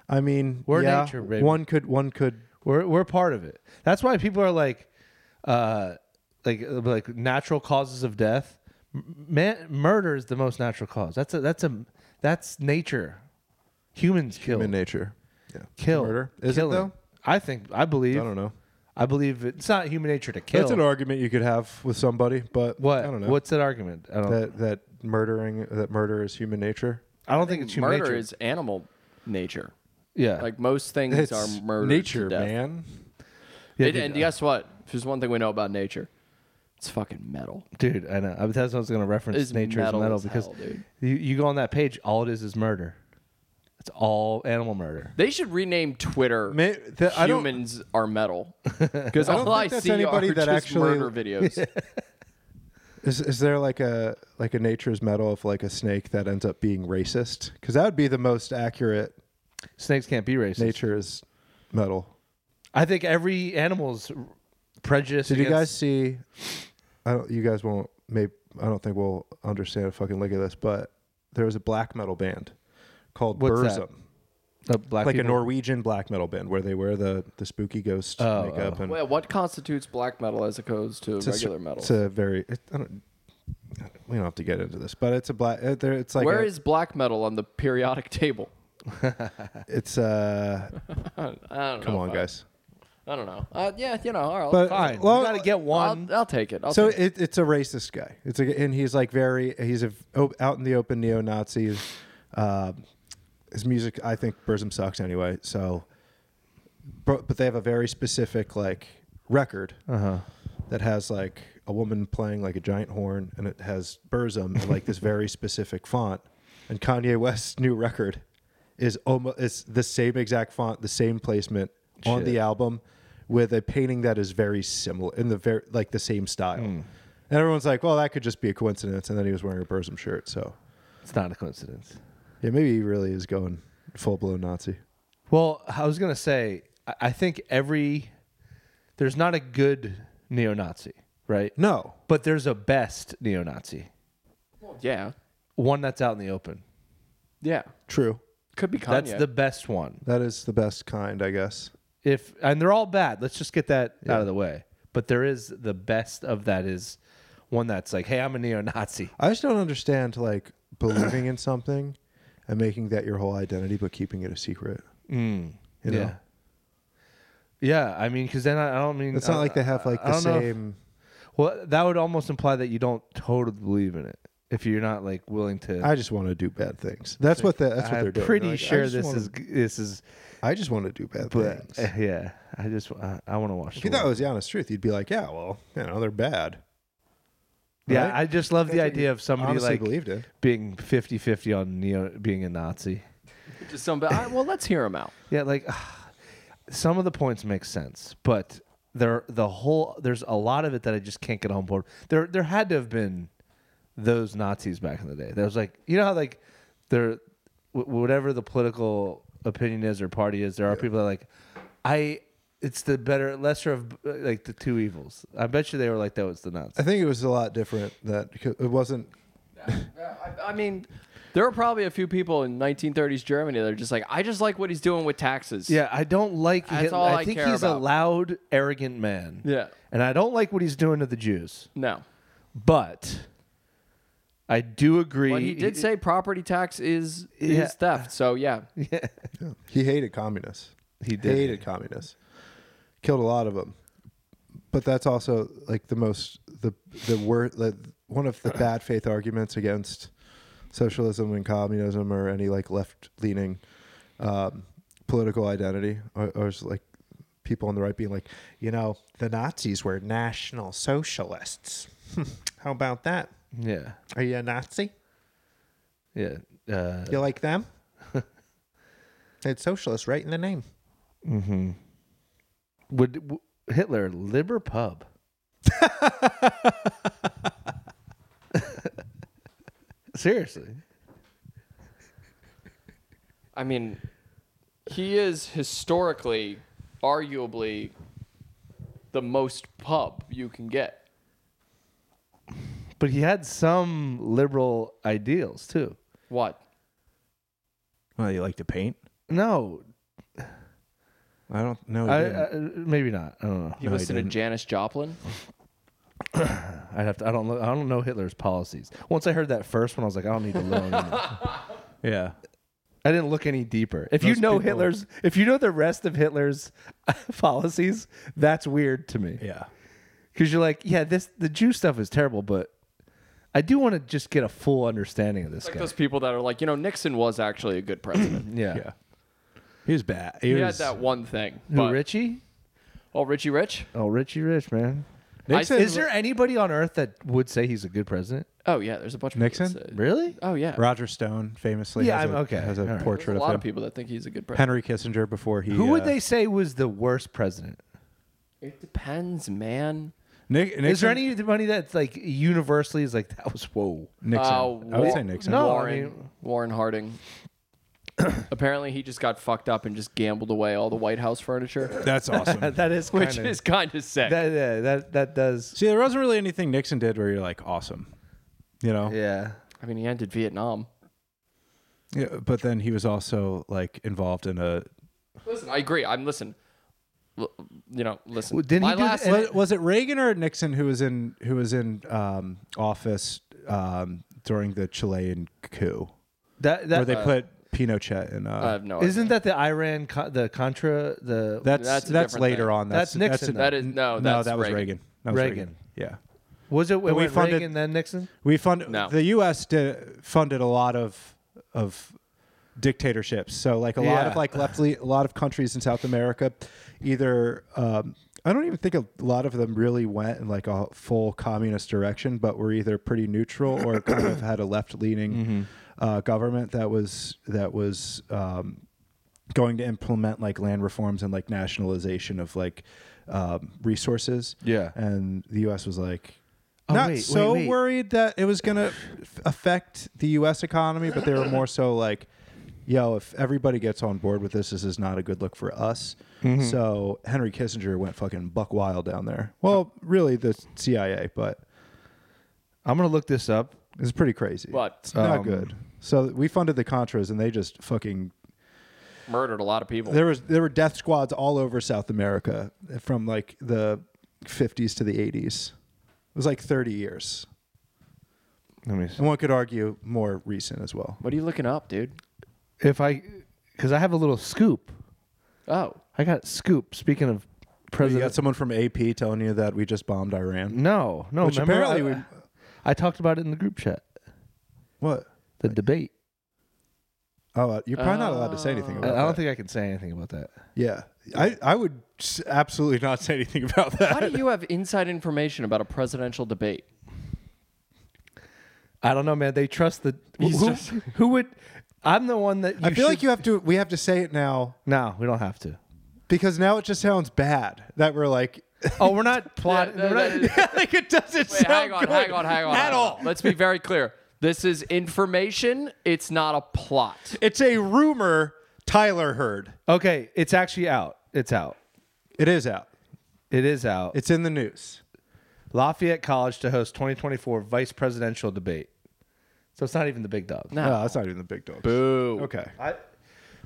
[SPEAKER 1] I mean,
[SPEAKER 3] We're
[SPEAKER 1] yeah,
[SPEAKER 3] nature, baby.
[SPEAKER 1] One could, one could.
[SPEAKER 3] We're we're part of it. That's why people are like, uh, like like natural causes of death. M- Man, murder is the most natural cause. That's a that's a that's nature. Humans kill.
[SPEAKER 1] Human nature. Yeah.
[SPEAKER 3] kill.
[SPEAKER 1] Murder. Is it
[SPEAKER 3] Killing.
[SPEAKER 1] though?
[SPEAKER 3] I think. I believe.
[SPEAKER 1] I don't know.
[SPEAKER 3] I believe it's not human nature to kill.
[SPEAKER 1] That's an argument you could have with somebody, but
[SPEAKER 3] what?
[SPEAKER 1] I don't know.
[SPEAKER 3] What's that argument? I don't.
[SPEAKER 1] that that murdering that murder is human nature?
[SPEAKER 3] I don't think it's human
[SPEAKER 2] murder
[SPEAKER 3] nature.
[SPEAKER 2] is animal nature.
[SPEAKER 3] yeah.
[SPEAKER 2] Like most things
[SPEAKER 1] It's
[SPEAKER 2] are murder.
[SPEAKER 1] nature,
[SPEAKER 2] to death.
[SPEAKER 1] man. uh,
[SPEAKER 3] Yeah,
[SPEAKER 2] It-
[SPEAKER 3] dude,
[SPEAKER 2] and guess what? If there's one thing we know about nature, it's fucking metal.
[SPEAKER 3] Dude, I know. I- That's what I was going to reference.
[SPEAKER 2] It's
[SPEAKER 3] nature
[SPEAKER 2] metal
[SPEAKER 3] is metal
[SPEAKER 2] as
[SPEAKER 3] because
[SPEAKER 2] hell, dude.
[SPEAKER 3] you, you go on that page, all it is is murder. It's all animal murder.
[SPEAKER 2] They should rename Twitter.
[SPEAKER 1] May- the- I don't-
[SPEAKER 2] humans are metal. Because
[SPEAKER 1] I don't
[SPEAKER 2] all I
[SPEAKER 1] think that's
[SPEAKER 2] see
[SPEAKER 1] anybody
[SPEAKER 2] are
[SPEAKER 1] that
[SPEAKER 2] just
[SPEAKER 1] actually-
[SPEAKER 2] murder videos.
[SPEAKER 1] Is is there like a like a nature's medal of like a snake that ends up being racist? Because that would be the most accurate
[SPEAKER 3] Snakes can't be racist.
[SPEAKER 1] nature's medal.
[SPEAKER 3] I think every animal's r- prejudiced.
[SPEAKER 1] Did you guys
[SPEAKER 3] against-
[SPEAKER 1] see? I don't. You guys won't. Maybe I don't think we'll understand a fucking lick of this. But there was a black metal band called
[SPEAKER 3] What's that?
[SPEAKER 1] Burzum,
[SPEAKER 3] uh, black
[SPEAKER 1] like a
[SPEAKER 3] people-
[SPEAKER 1] Norwegian black metal band where they wear the the spooky ghost
[SPEAKER 3] Oh,
[SPEAKER 1] makeup and
[SPEAKER 2] well, what constitutes black metal as opposed to
[SPEAKER 1] it's a-
[SPEAKER 2] regular metal?
[SPEAKER 1] It's a very. It, I don't, we don't have to get into this, but it's a black. uh, there- It's like
[SPEAKER 2] Where
[SPEAKER 1] a,
[SPEAKER 2] is black metal on the periodic table?
[SPEAKER 1] it's uh.
[SPEAKER 2] I don't know.
[SPEAKER 1] Come on,
[SPEAKER 2] if I-
[SPEAKER 1] guys.
[SPEAKER 2] I don't know. Uh, yeah, you know, all right.
[SPEAKER 1] But
[SPEAKER 2] fine.
[SPEAKER 3] Fine.
[SPEAKER 1] Well,
[SPEAKER 3] you got to get one.
[SPEAKER 2] I'll, I'll take it. I'll
[SPEAKER 1] so
[SPEAKER 2] take it.
[SPEAKER 1] it, it's a racist guy. It's a, and he's like very he's a o- out in the open neo Nazi. His, uh, his music, I think, Burzum sucks anyway. So, but, but they have a very specific like record that has like a woman playing like a giant horn, and it has Burzum in like this very specific font. And Kanye West's new record is almost is the same exact font, the same placement on
[SPEAKER 3] Shit.
[SPEAKER 1] the album with a painting that is very similar in the very like the same style. And everyone's like, "Well, that could just be a coincidence." And then he was wearing a Burzum shirt, so
[SPEAKER 3] It's not a coincidence.
[SPEAKER 1] yeah, maybe he really is going full blown Nazi.
[SPEAKER 3] Well, I was gonna say, I- I think every there's not a good neo-Nazi, right?
[SPEAKER 1] No,
[SPEAKER 3] But there's a best neo-Nazi,
[SPEAKER 2] yeah,
[SPEAKER 3] one that's out in the open.
[SPEAKER 2] yeah,
[SPEAKER 1] true.
[SPEAKER 2] could be Kanye.
[SPEAKER 3] That's the best one.
[SPEAKER 1] That is the best kind, I guess.
[SPEAKER 3] If and they're all bad. Let's just get that out of the way. But there is the best of that is one that's like, hey, I'm a neo-Nazi.
[SPEAKER 1] I just don't understand like believing in something and making that your whole identity, but keeping it a secret. Mm, You know?
[SPEAKER 3] Yeah. Yeah, I mean, because then I, I don't mean
[SPEAKER 1] It's
[SPEAKER 3] I
[SPEAKER 1] not
[SPEAKER 3] don't-
[SPEAKER 1] like they have like
[SPEAKER 3] I
[SPEAKER 1] the
[SPEAKER 3] don't know if-
[SPEAKER 1] same.
[SPEAKER 3] well, that would almost imply that you don't totally believe in it if you're not like willing to.
[SPEAKER 1] I just want to do bad things. That's what the, that's what
[SPEAKER 3] I'm
[SPEAKER 1] they're doing. They're
[SPEAKER 3] pretty
[SPEAKER 1] like, I
[SPEAKER 3] sure
[SPEAKER 1] just
[SPEAKER 3] this
[SPEAKER 1] wanna-
[SPEAKER 3] is this is,
[SPEAKER 1] I just want to do bad
[SPEAKER 3] but
[SPEAKER 1] things.
[SPEAKER 3] uh, yeah, I just I, I want to watch.
[SPEAKER 1] If you
[SPEAKER 3] the
[SPEAKER 1] thought it
[SPEAKER 3] world.
[SPEAKER 1] was the honest truth, you'd be like, yeah, well, you know, they're bad.
[SPEAKER 3] yeah,
[SPEAKER 1] right?
[SPEAKER 3] I just love the
[SPEAKER 1] That's what you
[SPEAKER 3] idea of somebody
[SPEAKER 1] honestly
[SPEAKER 3] like
[SPEAKER 1] believed it.
[SPEAKER 3] being 50-50 on neo being a Nazi.
[SPEAKER 2] Just some, but I, well, let's hear him out.
[SPEAKER 3] Yeah, like some of the points make sense, but there the whole there's a lot of it that I just can't get on board. There there had to have been those Nazis back in the day. There was like you know how like there wh- whatever the political opinion is or party is, there are people that are like I it's the better lesser of uh, like the two evils. I bet you they were like that was the Nazis.
[SPEAKER 1] I think it was a lot different that because it wasn't.
[SPEAKER 2] I, I mean, there are probably a few people in 1930s Germany that are just like, I just like what he's doing with taxes.
[SPEAKER 3] Yeah, I don't like
[SPEAKER 2] That's
[SPEAKER 3] Hitler.
[SPEAKER 2] all
[SPEAKER 3] I
[SPEAKER 2] I
[SPEAKER 3] think
[SPEAKER 2] care
[SPEAKER 3] he's a
[SPEAKER 2] about.
[SPEAKER 3] loud, arrogant man.
[SPEAKER 2] Yeah.
[SPEAKER 3] And I don't like what he's doing to the Jews.
[SPEAKER 2] No.
[SPEAKER 3] but I do agree.
[SPEAKER 2] But he did say property tax is is
[SPEAKER 3] Yeah.
[SPEAKER 2] theft. So yeah,
[SPEAKER 1] He hated communists.
[SPEAKER 3] He did.
[SPEAKER 1] hated communists. Killed a lot of them. But that's also like the most the the wor the, one of the bad faith arguments against socialism and communism or any like left leaning um, political identity or, or is like people on the right being like, you know, the Nazis were national socialists. Hmm, How about that?
[SPEAKER 3] Yeah,
[SPEAKER 1] Are you a Nazi?
[SPEAKER 3] yeah, uh,
[SPEAKER 1] You like them? it's socialist right in the name.
[SPEAKER 3] Mm-hmm. Would w- Hitler liber pub? Seriously,
[SPEAKER 2] I mean, he is historically, arguably, the most pub you can get.
[SPEAKER 3] but he had some liberal ideals too.
[SPEAKER 2] What?
[SPEAKER 1] Well, you like to paint?
[SPEAKER 3] No,
[SPEAKER 1] I don't know.
[SPEAKER 3] I, I, maybe not. I don't know.
[SPEAKER 2] He
[SPEAKER 1] No, I
[SPEAKER 2] listened to
[SPEAKER 1] didn't.
[SPEAKER 2] Janis Joplin.
[SPEAKER 3] I'd have to. I don't. know- I don't know Hitler's policies. Once I heard that first one, I was like, I don't need to learn.
[SPEAKER 1] yeah.
[SPEAKER 3] I didn't look any deeper. If you
[SPEAKER 1] Most
[SPEAKER 3] know
[SPEAKER 1] people-
[SPEAKER 3] Hitler's, if you know the rest of Hitler's policies, that's weird to me.
[SPEAKER 1] Yeah.
[SPEAKER 3] Because you're like, yeah, this the Jew stuff is terrible, but I do want to just get a full understanding of this
[SPEAKER 2] Like
[SPEAKER 3] guy.
[SPEAKER 2] those people that are like, you know, Nixon was actually a good president.
[SPEAKER 3] yeah.
[SPEAKER 1] Yeah. He was bad. He,
[SPEAKER 2] he had
[SPEAKER 1] was,
[SPEAKER 2] that one thing.
[SPEAKER 3] Who,
[SPEAKER 2] But,
[SPEAKER 3] Richie?
[SPEAKER 2] Oh, Richie Rich?
[SPEAKER 3] Oh, Richie Rich, man.
[SPEAKER 1] Nixon,
[SPEAKER 2] I-
[SPEAKER 3] Is there anybody on earth that would say he's a good president?
[SPEAKER 2] Oh yeah, there's a bunch of
[SPEAKER 1] Nixon?
[SPEAKER 2] People that say-
[SPEAKER 3] Really?
[SPEAKER 2] oh yeah,
[SPEAKER 1] Roger Stone famously
[SPEAKER 3] Yeah,
[SPEAKER 1] has,
[SPEAKER 3] I'm
[SPEAKER 1] a,
[SPEAKER 3] okay.
[SPEAKER 1] has a
[SPEAKER 3] All right.
[SPEAKER 2] There's
[SPEAKER 1] portrait
[SPEAKER 2] a
[SPEAKER 1] of
[SPEAKER 2] lot
[SPEAKER 1] him.
[SPEAKER 2] of people that think he's a good president.
[SPEAKER 1] Henry Kissinger before he.
[SPEAKER 3] Who would
[SPEAKER 1] uh,
[SPEAKER 3] they say was the worst president?
[SPEAKER 2] It depends, man.
[SPEAKER 1] Nick, Nixon,
[SPEAKER 3] Is there anybody that's like universally is like that was whoa?
[SPEAKER 1] Nixon?
[SPEAKER 2] Oh,
[SPEAKER 1] I would
[SPEAKER 2] Wa-
[SPEAKER 1] say Nixon.
[SPEAKER 3] No, I
[SPEAKER 2] Warren,
[SPEAKER 3] mean-
[SPEAKER 2] Warren Harding. Apparently, he just got fucked up and just gambled away all the White House furniture,
[SPEAKER 1] That's awesome.
[SPEAKER 3] That is
[SPEAKER 2] which
[SPEAKER 3] kinda-
[SPEAKER 2] is kind of sick.
[SPEAKER 3] that yeah, that that does
[SPEAKER 1] See, there wasn't really anything Nixon did where you're like awesome, you know.
[SPEAKER 3] yeah.
[SPEAKER 2] I mean, he ended Vietnam.
[SPEAKER 1] Yeah, but then he was also like involved in a.
[SPEAKER 2] Listen, I agree. I'm listen. L- you know, listen.
[SPEAKER 3] Well, didn't he
[SPEAKER 2] My
[SPEAKER 3] do
[SPEAKER 2] last
[SPEAKER 3] the-
[SPEAKER 1] Was, was it Reagan or Nixon who was in who was in um, office um, during the Chilean coup
[SPEAKER 3] That
[SPEAKER 1] where
[SPEAKER 2] uh,
[SPEAKER 3] that
[SPEAKER 1] they put Pinochet and uh,
[SPEAKER 2] I have no.
[SPEAKER 3] Isn't that the Iran, co- the Contra, the
[SPEAKER 1] that's
[SPEAKER 2] That's
[SPEAKER 1] that's,
[SPEAKER 2] a different
[SPEAKER 1] later
[SPEAKER 2] thing.
[SPEAKER 1] on.
[SPEAKER 3] That's Nixon,
[SPEAKER 1] in-
[SPEAKER 3] though.
[SPEAKER 2] That is- no, that's
[SPEAKER 1] that was
[SPEAKER 2] Reagan.
[SPEAKER 1] Reagan. That was
[SPEAKER 3] Reagan.
[SPEAKER 1] Yeah,
[SPEAKER 3] was it when
[SPEAKER 1] we
[SPEAKER 3] we
[SPEAKER 1] funded-
[SPEAKER 3] Reagan then Nixon?
[SPEAKER 1] we funded
[SPEAKER 2] No.
[SPEAKER 1] the U.S. Did, funded a lot of of dictatorships. So like a lot
[SPEAKER 3] Yeah.
[SPEAKER 1] of like left a lot of countries in South America, either um, I don't even think a lot of them really went in like a full communist direction, but were either pretty neutral or kind of had a left leaning
[SPEAKER 3] Mm-hmm.
[SPEAKER 1] uh, government that was that was um, going to implement like land reforms and like nationalization of like um, resources.
[SPEAKER 3] Yeah.
[SPEAKER 1] and the U.S. was like.
[SPEAKER 3] Oh,
[SPEAKER 1] not
[SPEAKER 3] wait, wait,
[SPEAKER 1] so
[SPEAKER 3] wait.
[SPEAKER 1] worried that it was going to affect the U.S. economy, but they were more so like, yo, if everybody gets on board with this, this is not a good look for us.
[SPEAKER 3] Mm-hmm.
[SPEAKER 1] So Henry Kissinger went fucking buck wild down there. Well, really the CIA, but
[SPEAKER 3] I'm gonna look this up.
[SPEAKER 1] it's pretty crazy.
[SPEAKER 2] What?
[SPEAKER 1] It's not
[SPEAKER 3] Um,
[SPEAKER 1] good. So we funded the Contras, and they just fucking
[SPEAKER 2] murdered a lot of people.
[SPEAKER 1] there was there were death squads all over South America from like the 50s to the 80s. It was like 30 years,
[SPEAKER 3] Let me. See.
[SPEAKER 1] and one could argue more recent as well.
[SPEAKER 2] What are you looking up, dude?
[SPEAKER 3] If I, because I have a little scoop.
[SPEAKER 2] Oh,
[SPEAKER 3] I got scoop. Speaking of
[SPEAKER 1] You
[SPEAKER 3] president,
[SPEAKER 1] got someone from AP telling you that we just bombed Iran.
[SPEAKER 3] no, no.
[SPEAKER 1] Which
[SPEAKER 3] remember,
[SPEAKER 1] apparently
[SPEAKER 3] I,
[SPEAKER 1] we-
[SPEAKER 3] I talked about it in the group chat.
[SPEAKER 1] What?
[SPEAKER 3] The debate.
[SPEAKER 1] Oh, uh, you're probably not allowed to say anything
[SPEAKER 3] I,
[SPEAKER 1] about
[SPEAKER 3] Oh. I
[SPEAKER 1] that.
[SPEAKER 3] don't think I can say anything about that.
[SPEAKER 1] yeah, I, I would s- absolutely not say anything about
[SPEAKER 2] how
[SPEAKER 1] that.
[SPEAKER 2] do you have inside information about a presidential debate?
[SPEAKER 3] I don't know, man. They trust the who,
[SPEAKER 2] He's
[SPEAKER 3] who-
[SPEAKER 2] just-
[SPEAKER 3] who would. I'm the one that you
[SPEAKER 1] I feel like
[SPEAKER 3] should-
[SPEAKER 1] you have to. We have to say it now
[SPEAKER 3] No, we don't have to.
[SPEAKER 1] because now it just sounds bad that we're like.
[SPEAKER 3] Oh, we're not plotting.
[SPEAKER 2] no,
[SPEAKER 3] we're
[SPEAKER 2] no,
[SPEAKER 3] not-
[SPEAKER 2] no, no.
[SPEAKER 3] like it doesn't
[SPEAKER 2] Wait,
[SPEAKER 3] sound
[SPEAKER 2] hang on,
[SPEAKER 3] good
[SPEAKER 2] hang on, hang on.
[SPEAKER 3] at
[SPEAKER 2] hang on.
[SPEAKER 3] all.
[SPEAKER 2] Let's be very clear. This is information. It's not a plot.
[SPEAKER 1] It's a rumor. Tyler heard.
[SPEAKER 3] Okay, it's actually out. It's out.
[SPEAKER 1] It is out.
[SPEAKER 3] It is out.
[SPEAKER 1] It's in the news.
[SPEAKER 3] Lafayette College to host 2024 vice presidential debate. So it's not even the big dog.
[SPEAKER 1] No,
[SPEAKER 2] Ah.
[SPEAKER 1] Oh, that's not even the big dog.
[SPEAKER 2] Boo.
[SPEAKER 1] Okay.
[SPEAKER 3] I,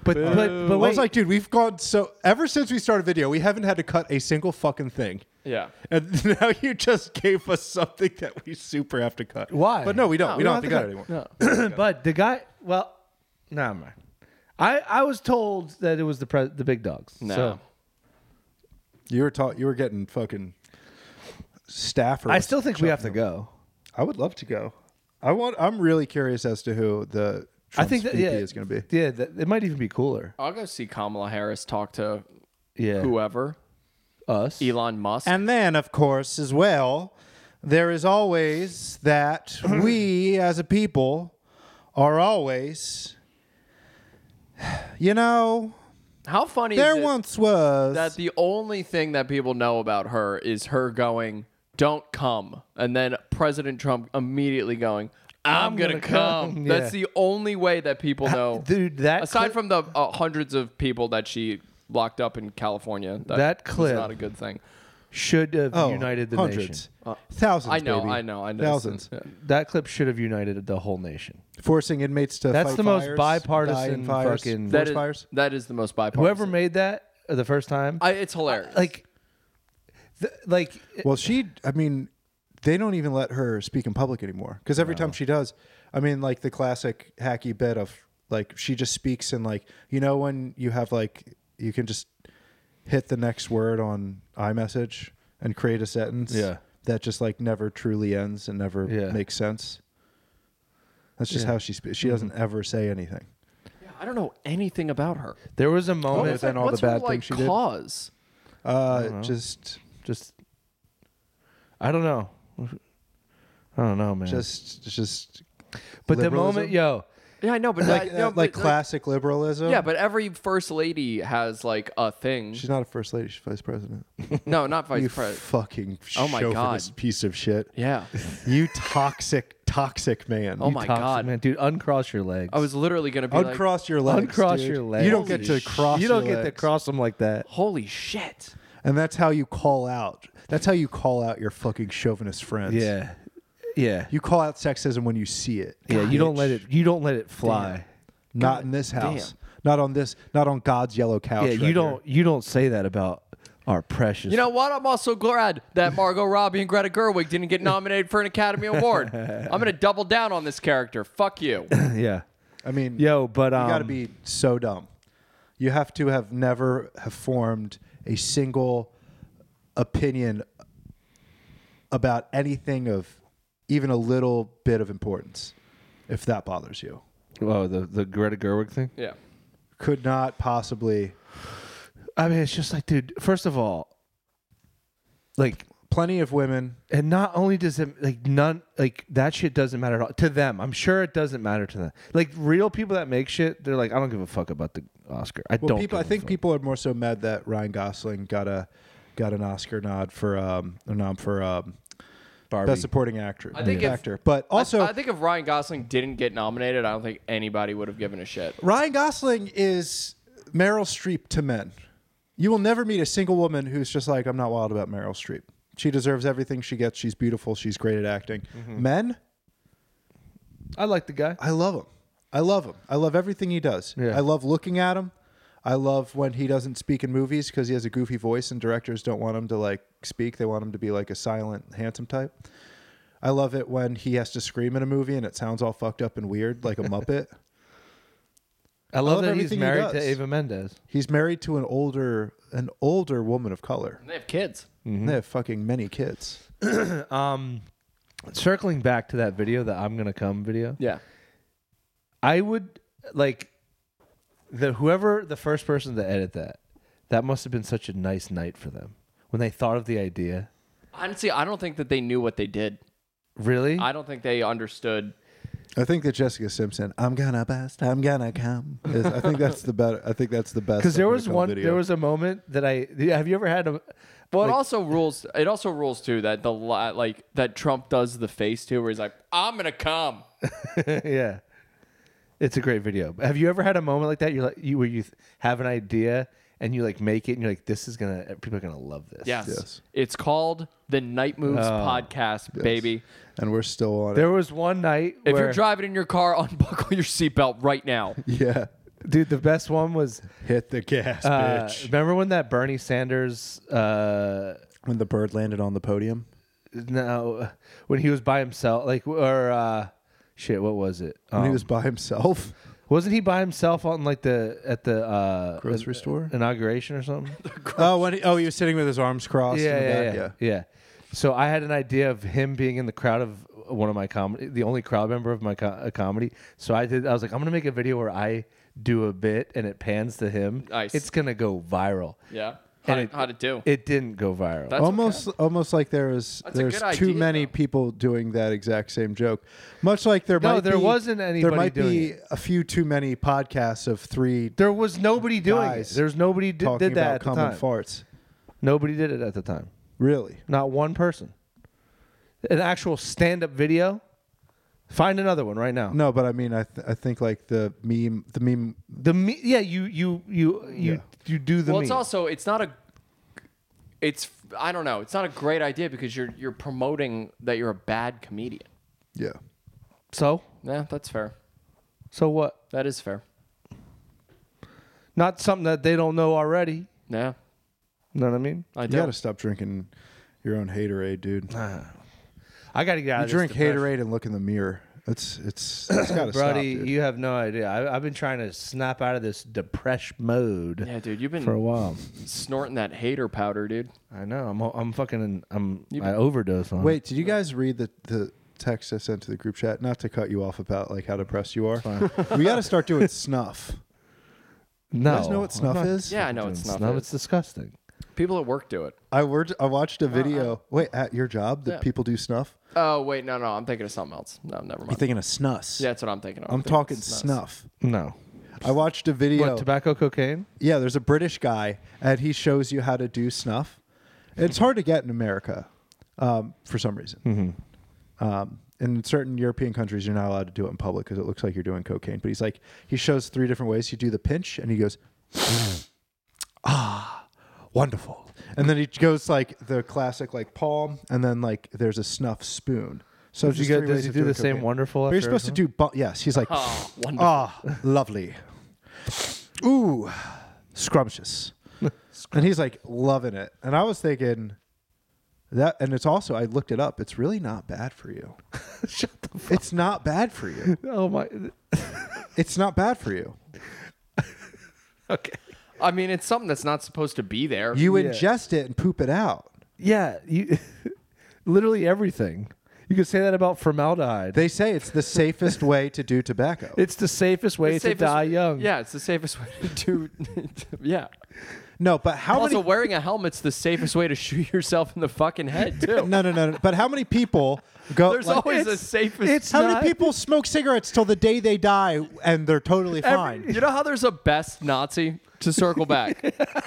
[SPEAKER 3] but, but
[SPEAKER 1] I
[SPEAKER 3] but
[SPEAKER 1] was
[SPEAKER 3] wait,
[SPEAKER 1] like, dude, we've gone so ever since we started video, we haven't had to cut a single fucking thing.
[SPEAKER 2] Yeah.
[SPEAKER 1] And now you just gave us something that we super have to cut.
[SPEAKER 3] Why?
[SPEAKER 1] But no, we don't. we, don't have to cut it anymore.
[SPEAKER 2] No.
[SPEAKER 3] but the guy. Well, no, nah, man. I I was told that it was the pre, the big dogs.
[SPEAKER 2] No.
[SPEAKER 3] So
[SPEAKER 1] You were taught. You were getting fucking staffer.
[SPEAKER 3] I still think we have to go.
[SPEAKER 1] I would love to go. I want. I'm really curious as to who the Trump's
[SPEAKER 3] I think that
[SPEAKER 1] VP
[SPEAKER 3] yeah
[SPEAKER 1] is going to be.
[SPEAKER 3] Yeah, that, it might even be cooler.
[SPEAKER 2] I'll go see Kamala Harris talk to
[SPEAKER 3] Yeah,
[SPEAKER 2] whoever. uh,
[SPEAKER 3] us.
[SPEAKER 2] Elon Musk.
[SPEAKER 1] And then, of course, as well, there is always that we as a people are always, you know,
[SPEAKER 2] How funny
[SPEAKER 1] there
[SPEAKER 2] is it
[SPEAKER 1] once was.
[SPEAKER 2] that the only thing that people know about her is her going, "Don't come," and then President Trump immediately going, "I'm,
[SPEAKER 3] I'm
[SPEAKER 2] gonna,
[SPEAKER 3] gonna
[SPEAKER 2] come."
[SPEAKER 3] come,
[SPEAKER 2] That's
[SPEAKER 3] yeah.
[SPEAKER 2] the only way that people know.
[SPEAKER 3] dude, that
[SPEAKER 2] aside
[SPEAKER 3] clip-
[SPEAKER 2] from the uh, hundreds of people that she locked up in California, that,
[SPEAKER 3] That
[SPEAKER 2] was
[SPEAKER 3] clip-
[SPEAKER 2] not a good thing.
[SPEAKER 3] should have
[SPEAKER 1] Oh,
[SPEAKER 3] united the
[SPEAKER 1] hundreds,
[SPEAKER 3] nation.
[SPEAKER 1] thousands.
[SPEAKER 2] I know,
[SPEAKER 1] baby.
[SPEAKER 2] I know, I know.
[SPEAKER 1] Thousands
[SPEAKER 2] Yeah.
[SPEAKER 3] That clip should have united the whole nation.
[SPEAKER 1] forcing inmates to.
[SPEAKER 3] That's
[SPEAKER 1] fight
[SPEAKER 3] the most
[SPEAKER 1] fires, die in
[SPEAKER 3] bipartisan
[SPEAKER 1] fires,
[SPEAKER 3] fucking-
[SPEAKER 1] forest
[SPEAKER 2] That is,
[SPEAKER 1] fires.
[SPEAKER 2] that is the most bipartisan.
[SPEAKER 3] Whoever made that uh, the first time,
[SPEAKER 2] I, it's hilarious.
[SPEAKER 3] like, th- like
[SPEAKER 1] Well, she, I mean, they don't even let her speak in public anymore because every time she does, I mean, like the classic hacky bit of like she just speaks and like you know when you have like you can just hit the next word on iMessage and create a sentence
[SPEAKER 3] Yeah.
[SPEAKER 1] that just like never truly ends and never
[SPEAKER 3] Yeah.
[SPEAKER 1] makes sense. That's just how she speaks. She doesn't ever say anything.
[SPEAKER 2] I don't know anything about her.
[SPEAKER 3] there was a
[SPEAKER 1] What
[SPEAKER 3] moment.
[SPEAKER 1] was within Oh, all the
[SPEAKER 2] What's her,
[SPEAKER 1] bad things
[SPEAKER 2] like,
[SPEAKER 1] she did.
[SPEAKER 2] cause?
[SPEAKER 1] Uh, just,
[SPEAKER 3] Just, I don't know. I don't know, man.
[SPEAKER 1] just, just.
[SPEAKER 3] but the
[SPEAKER 1] liberalism?
[SPEAKER 3] moment, yo,
[SPEAKER 2] Yeah, I know, but
[SPEAKER 1] like,
[SPEAKER 2] I- no,
[SPEAKER 1] uh,
[SPEAKER 2] but,
[SPEAKER 1] like classic liberalism.
[SPEAKER 2] Yeah, but every first lady has like a thing.
[SPEAKER 1] she's not a first lady. She's vice president.
[SPEAKER 2] no, not vice
[SPEAKER 1] You
[SPEAKER 2] president.
[SPEAKER 1] fucking
[SPEAKER 2] Oh my
[SPEAKER 1] chauvinist
[SPEAKER 2] God.
[SPEAKER 1] piece of shit.
[SPEAKER 2] yeah.
[SPEAKER 1] You toxic, toxic man.
[SPEAKER 2] Oh
[SPEAKER 1] You
[SPEAKER 2] my
[SPEAKER 3] toxic,
[SPEAKER 2] God.
[SPEAKER 3] man, dude, uncross your legs.
[SPEAKER 2] I was literally gonna be like,
[SPEAKER 1] Uncross your legs.
[SPEAKER 3] Uncross
[SPEAKER 1] dude.
[SPEAKER 3] your legs.
[SPEAKER 1] You don't get
[SPEAKER 2] Holy
[SPEAKER 1] to cross.
[SPEAKER 3] you don't
[SPEAKER 1] your
[SPEAKER 3] get to
[SPEAKER 1] legs.
[SPEAKER 3] cross them like that.
[SPEAKER 2] "Holy shit!"
[SPEAKER 1] And that's how you call out. That's how you call out your fucking chauvinist friends.
[SPEAKER 3] Yeah, yeah,
[SPEAKER 1] You call out sexism when you see it.
[SPEAKER 3] yeah. You don't
[SPEAKER 1] bitch.
[SPEAKER 3] let it. You don't let it fly.
[SPEAKER 1] Not in this house. Not on this. Not on God's yellow couch.
[SPEAKER 3] Yeah,
[SPEAKER 1] right
[SPEAKER 3] you
[SPEAKER 1] here.
[SPEAKER 3] don't. You don't say that about our precious.
[SPEAKER 2] You know what? I'm also glad that Margot Robbie and Greta Gerwig didn't get nominated for an Academy Award. I'm gonna double down on this character. Fuck you.
[SPEAKER 3] yeah.
[SPEAKER 1] I mean,
[SPEAKER 3] Yo, but um,
[SPEAKER 1] you got to be so dumb. You have to have never have formed a single opinion about anything of even a little bit of importance, if that bothers you.
[SPEAKER 3] Oh, the the Greta Gerwig thing.
[SPEAKER 2] Yeah.
[SPEAKER 1] Could not possibly.
[SPEAKER 3] I mean, it's just like, dude. First of all, like,
[SPEAKER 1] Plenty of women.
[SPEAKER 3] and not only does it like none like that shit doesn't matter at all to them. I'm sure it doesn't matter to them. Like real people that make shit, they're like, I don't give a fuck about the Oscar. I
[SPEAKER 1] Well,
[SPEAKER 3] don't.
[SPEAKER 1] people. I
[SPEAKER 3] give a
[SPEAKER 1] think
[SPEAKER 3] fuck.
[SPEAKER 1] people are more so mad that Ryan Gosling got a got an Oscar nod for um a nom for um
[SPEAKER 3] Barbie.
[SPEAKER 1] best supporting actor
[SPEAKER 2] I think if-
[SPEAKER 1] actor, but also
[SPEAKER 2] I, I think if Ryan Gosling didn't get nominated, I don't think anybody would have given a shit.
[SPEAKER 1] Ryan Gosling is Meryl Streep to men. You will never meet a single woman who's just like, I'm not wild about Meryl Streep. She deserves everything she gets. She's beautiful. She's great at acting. Men,
[SPEAKER 3] I like the guy.
[SPEAKER 1] I love him. I love him. I love everything he does.
[SPEAKER 3] Yeah.
[SPEAKER 1] I love looking at him. I love when he doesn't speak in movies because he has a goofy voice and directors don't want him to like speak. They want him to be like a silent, handsome type. I love it when he has to scream in a movie and it sounds all fucked up and weird like a Muppet.
[SPEAKER 3] I love,
[SPEAKER 1] love
[SPEAKER 3] that he's
[SPEAKER 1] everything he
[SPEAKER 3] married to
[SPEAKER 1] does.
[SPEAKER 3] Ava Mendes.
[SPEAKER 1] He's married to an older an older woman of color.
[SPEAKER 2] And they have kids.
[SPEAKER 3] Mm-hmm.
[SPEAKER 1] And They have fucking many kids.
[SPEAKER 3] Um, circling back to that video, the I'm gonna come video.
[SPEAKER 2] Yeah.
[SPEAKER 3] I would like the whoever the first person to edit that. That must have been such a nice night for them when they thought of the idea.
[SPEAKER 2] Honestly, I don't think that they knew what they did.
[SPEAKER 3] Really?
[SPEAKER 2] I don't think they understood.
[SPEAKER 1] I think that Jessica Simpson, I'm gonna best, I'm gonna come. is- I think that's the better. I think that's the best.
[SPEAKER 3] Because there
[SPEAKER 1] I'm gonna
[SPEAKER 3] was
[SPEAKER 1] come
[SPEAKER 3] one,
[SPEAKER 1] video.
[SPEAKER 3] there was a moment that I have you ever had a
[SPEAKER 2] Well, it also rules. It also rules too that the li- like that Trump does the face too, where he's like, "I'm gonna come."
[SPEAKER 3] yeah. It's a great video. Have you ever had a moment like that? You're like you where you th- have an idea and you like make it and you're like, this is gonna uh, people are gonna love this.
[SPEAKER 2] Yes.
[SPEAKER 1] Yes.
[SPEAKER 2] It's called the Night Moves podcast, baby.
[SPEAKER 1] and we're still on it.
[SPEAKER 3] There was one night
[SPEAKER 2] If
[SPEAKER 3] where,
[SPEAKER 2] you're driving in your car, unbuckle your seatbelt right now.
[SPEAKER 1] Yeah,
[SPEAKER 3] dude, the best one was
[SPEAKER 1] hit the gas,
[SPEAKER 3] uh,
[SPEAKER 1] bitch.
[SPEAKER 3] remember when that Bernie Sanders uh
[SPEAKER 1] When the bird landed on the podium,
[SPEAKER 3] no when he was by himself like or uh shit what was it
[SPEAKER 1] when he
[SPEAKER 3] Um,
[SPEAKER 1] was by himself.
[SPEAKER 3] wasn't he by himself on like the at the uh
[SPEAKER 1] Grocery store?
[SPEAKER 3] inauguration or something
[SPEAKER 1] Oh, when he, oh, he was sitting with his arms crossed. in
[SPEAKER 3] yeah,
[SPEAKER 1] the
[SPEAKER 3] yeah,
[SPEAKER 1] back,
[SPEAKER 3] yeah, yeah. So I had an idea of him being in the crowd of one of my comedy, the only crowd member of my co- a comedy. So I did. I was like, I'm gonna make a video where I do a bit and it pans to him.
[SPEAKER 2] Nice.
[SPEAKER 3] It's gonna go viral.
[SPEAKER 2] Yeah. How,
[SPEAKER 3] And
[SPEAKER 2] did,
[SPEAKER 3] it-
[SPEAKER 2] how'd it do?
[SPEAKER 3] It didn't go viral.
[SPEAKER 2] That's-
[SPEAKER 1] Almost, almost like there was
[SPEAKER 2] That's a
[SPEAKER 1] there's
[SPEAKER 2] good
[SPEAKER 1] too
[SPEAKER 2] idea,
[SPEAKER 1] many
[SPEAKER 2] though.
[SPEAKER 1] people doing that exact same joke, much like there
[SPEAKER 3] No,
[SPEAKER 1] might
[SPEAKER 3] there
[SPEAKER 1] be-
[SPEAKER 3] wasn't anybody
[SPEAKER 1] There might
[SPEAKER 3] doing
[SPEAKER 1] be
[SPEAKER 3] it.
[SPEAKER 1] a few too many podcasts of three
[SPEAKER 3] Oh, there was nobody doing it.
[SPEAKER 1] Guys
[SPEAKER 3] There's nobody d-
[SPEAKER 1] talking
[SPEAKER 3] did that
[SPEAKER 1] about
[SPEAKER 3] at the
[SPEAKER 1] common
[SPEAKER 3] time.
[SPEAKER 1] farts.
[SPEAKER 3] Nobody did it at the time.
[SPEAKER 1] Really?
[SPEAKER 3] Not one person. An actual stand-up video. Find another one right now.
[SPEAKER 1] No, but I mean, I, th- I think like the meme, the meme.
[SPEAKER 3] The me- yeah, you you you you
[SPEAKER 1] Yeah.
[SPEAKER 3] you do the
[SPEAKER 2] well,
[SPEAKER 3] meme.
[SPEAKER 2] it's also it's not a. It's I don't know. It's not a great idea because you're you're promoting that you're a bad comedian.
[SPEAKER 1] Yeah.
[SPEAKER 3] so
[SPEAKER 2] Yeah, that's fair.
[SPEAKER 3] so what?
[SPEAKER 2] That is fair.
[SPEAKER 3] not something that they don't know already.
[SPEAKER 2] Yeah,
[SPEAKER 3] Know what I mean?
[SPEAKER 2] I
[SPEAKER 1] You
[SPEAKER 2] do.
[SPEAKER 1] got to stop drinking your own haterade, dude.
[SPEAKER 3] I got to get out
[SPEAKER 1] You
[SPEAKER 3] of
[SPEAKER 1] drink
[SPEAKER 3] this depression.
[SPEAKER 1] haterade and look in the mirror. It's it's it's got to stop,
[SPEAKER 3] Brody,
[SPEAKER 1] dude.
[SPEAKER 3] you have no idea. I, I've been trying to snap out of this depressed mode
[SPEAKER 2] yeah, dude, you've been
[SPEAKER 3] for a while.
[SPEAKER 2] snorting that hater powder, dude.
[SPEAKER 3] I know. I'm I'm fucking I'm
[SPEAKER 2] You-
[SPEAKER 3] I overdose on.
[SPEAKER 1] Wait, did you guys read the the text I sent to the group chat? Not to cut you off about like how depressed you are. we got to start doing snuff.
[SPEAKER 3] it. no.
[SPEAKER 1] You guys know what snuff is?
[SPEAKER 2] Yeah, I know
[SPEAKER 3] Doing
[SPEAKER 2] it's not.
[SPEAKER 3] snuff.
[SPEAKER 2] it.
[SPEAKER 3] It's disgusting.
[SPEAKER 2] People at work do it.
[SPEAKER 1] I word, I watched a video. Wait, at your job, that
[SPEAKER 2] Uh, Yeah.
[SPEAKER 1] people do snuff.
[SPEAKER 2] Oh wait, no, no, I'm thinking of something else. No, never mind.
[SPEAKER 1] thinking of snus?
[SPEAKER 2] Yeah, that's what I'm thinking of.
[SPEAKER 1] I'm
[SPEAKER 2] thinking
[SPEAKER 1] talking
[SPEAKER 2] it's nuts.
[SPEAKER 1] snuff.
[SPEAKER 3] No.
[SPEAKER 1] I watched a video.
[SPEAKER 3] What tobacco cocaine?
[SPEAKER 1] Yeah, there's a British guy, and he shows you how to do snuff. It's hard to get in America um, for some reason.
[SPEAKER 3] Mm-hmm.
[SPEAKER 1] Um, in certain European countries, you're not allowed to do it in public because it looks like you're doing cocaine. But he's like, he shows three different ways. You do the pinch, and he goes, ah, wonderful. And then he goes like the classic like palm, and then like there's a snuff spoon. So
[SPEAKER 3] you
[SPEAKER 1] just
[SPEAKER 3] get-
[SPEAKER 1] three
[SPEAKER 3] does
[SPEAKER 1] ways
[SPEAKER 3] he
[SPEAKER 1] of
[SPEAKER 3] do
[SPEAKER 1] doing
[SPEAKER 3] the same
[SPEAKER 1] cocaine.
[SPEAKER 3] wonderful
[SPEAKER 1] But you're
[SPEAKER 3] after
[SPEAKER 1] supposed to do. Bu- yes, he's like,
[SPEAKER 2] Oh, wonderful.
[SPEAKER 1] Ah, lovely. Ooh, scrumptious. and he's like loving it. And I was thinking that, and it's also I looked it up. It's really not bad for you.
[SPEAKER 3] Shut the. F-
[SPEAKER 1] It's not bad for you.
[SPEAKER 3] oh my.
[SPEAKER 1] It's not bad for you.
[SPEAKER 3] Okay.
[SPEAKER 2] I mean, it's something that's not supposed to be there.
[SPEAKER 1] You ingest it and poop it out.
[SPEAKER 3] Yeah, you literally everything. You could say that about formaldehyde.
[SPEAKER 1] They say it's the safest way to do tobacco.
[SPEAKER 3] it's the safest way
[SPEAKER 2] The
[SPEAKER 3] to
[SPEAKER 2] safest-
[SPEAKER 3] die young.
[SPEAKER 2] Yeah, it's the safest way to do. yeah.
[SPEAKER 1] no, but how
[SPEAKER 2] also,
[SPEAKER 1] many?
[SPEAKER 2] wearing a helmet's the safest way to shoot yourself in the fucking head too.
[SPEAKER 1] No, no, no, no. But how many people go?
[SPEAKER 2] There's
[SPEAKER 1] like-
[SPEAKER 2] always the
[SPEAKER 3] it's-
[SPEAKER 2] safest.
[SPEAKER 3] it's
[SPEAKER 1] how many
[SPEAKER 3] not-
[SPEAKER 1] people smoke cigarettes till the day they die and they're totally fine?
[SPEAKER 2] You know how there's a best Nazi to circle back?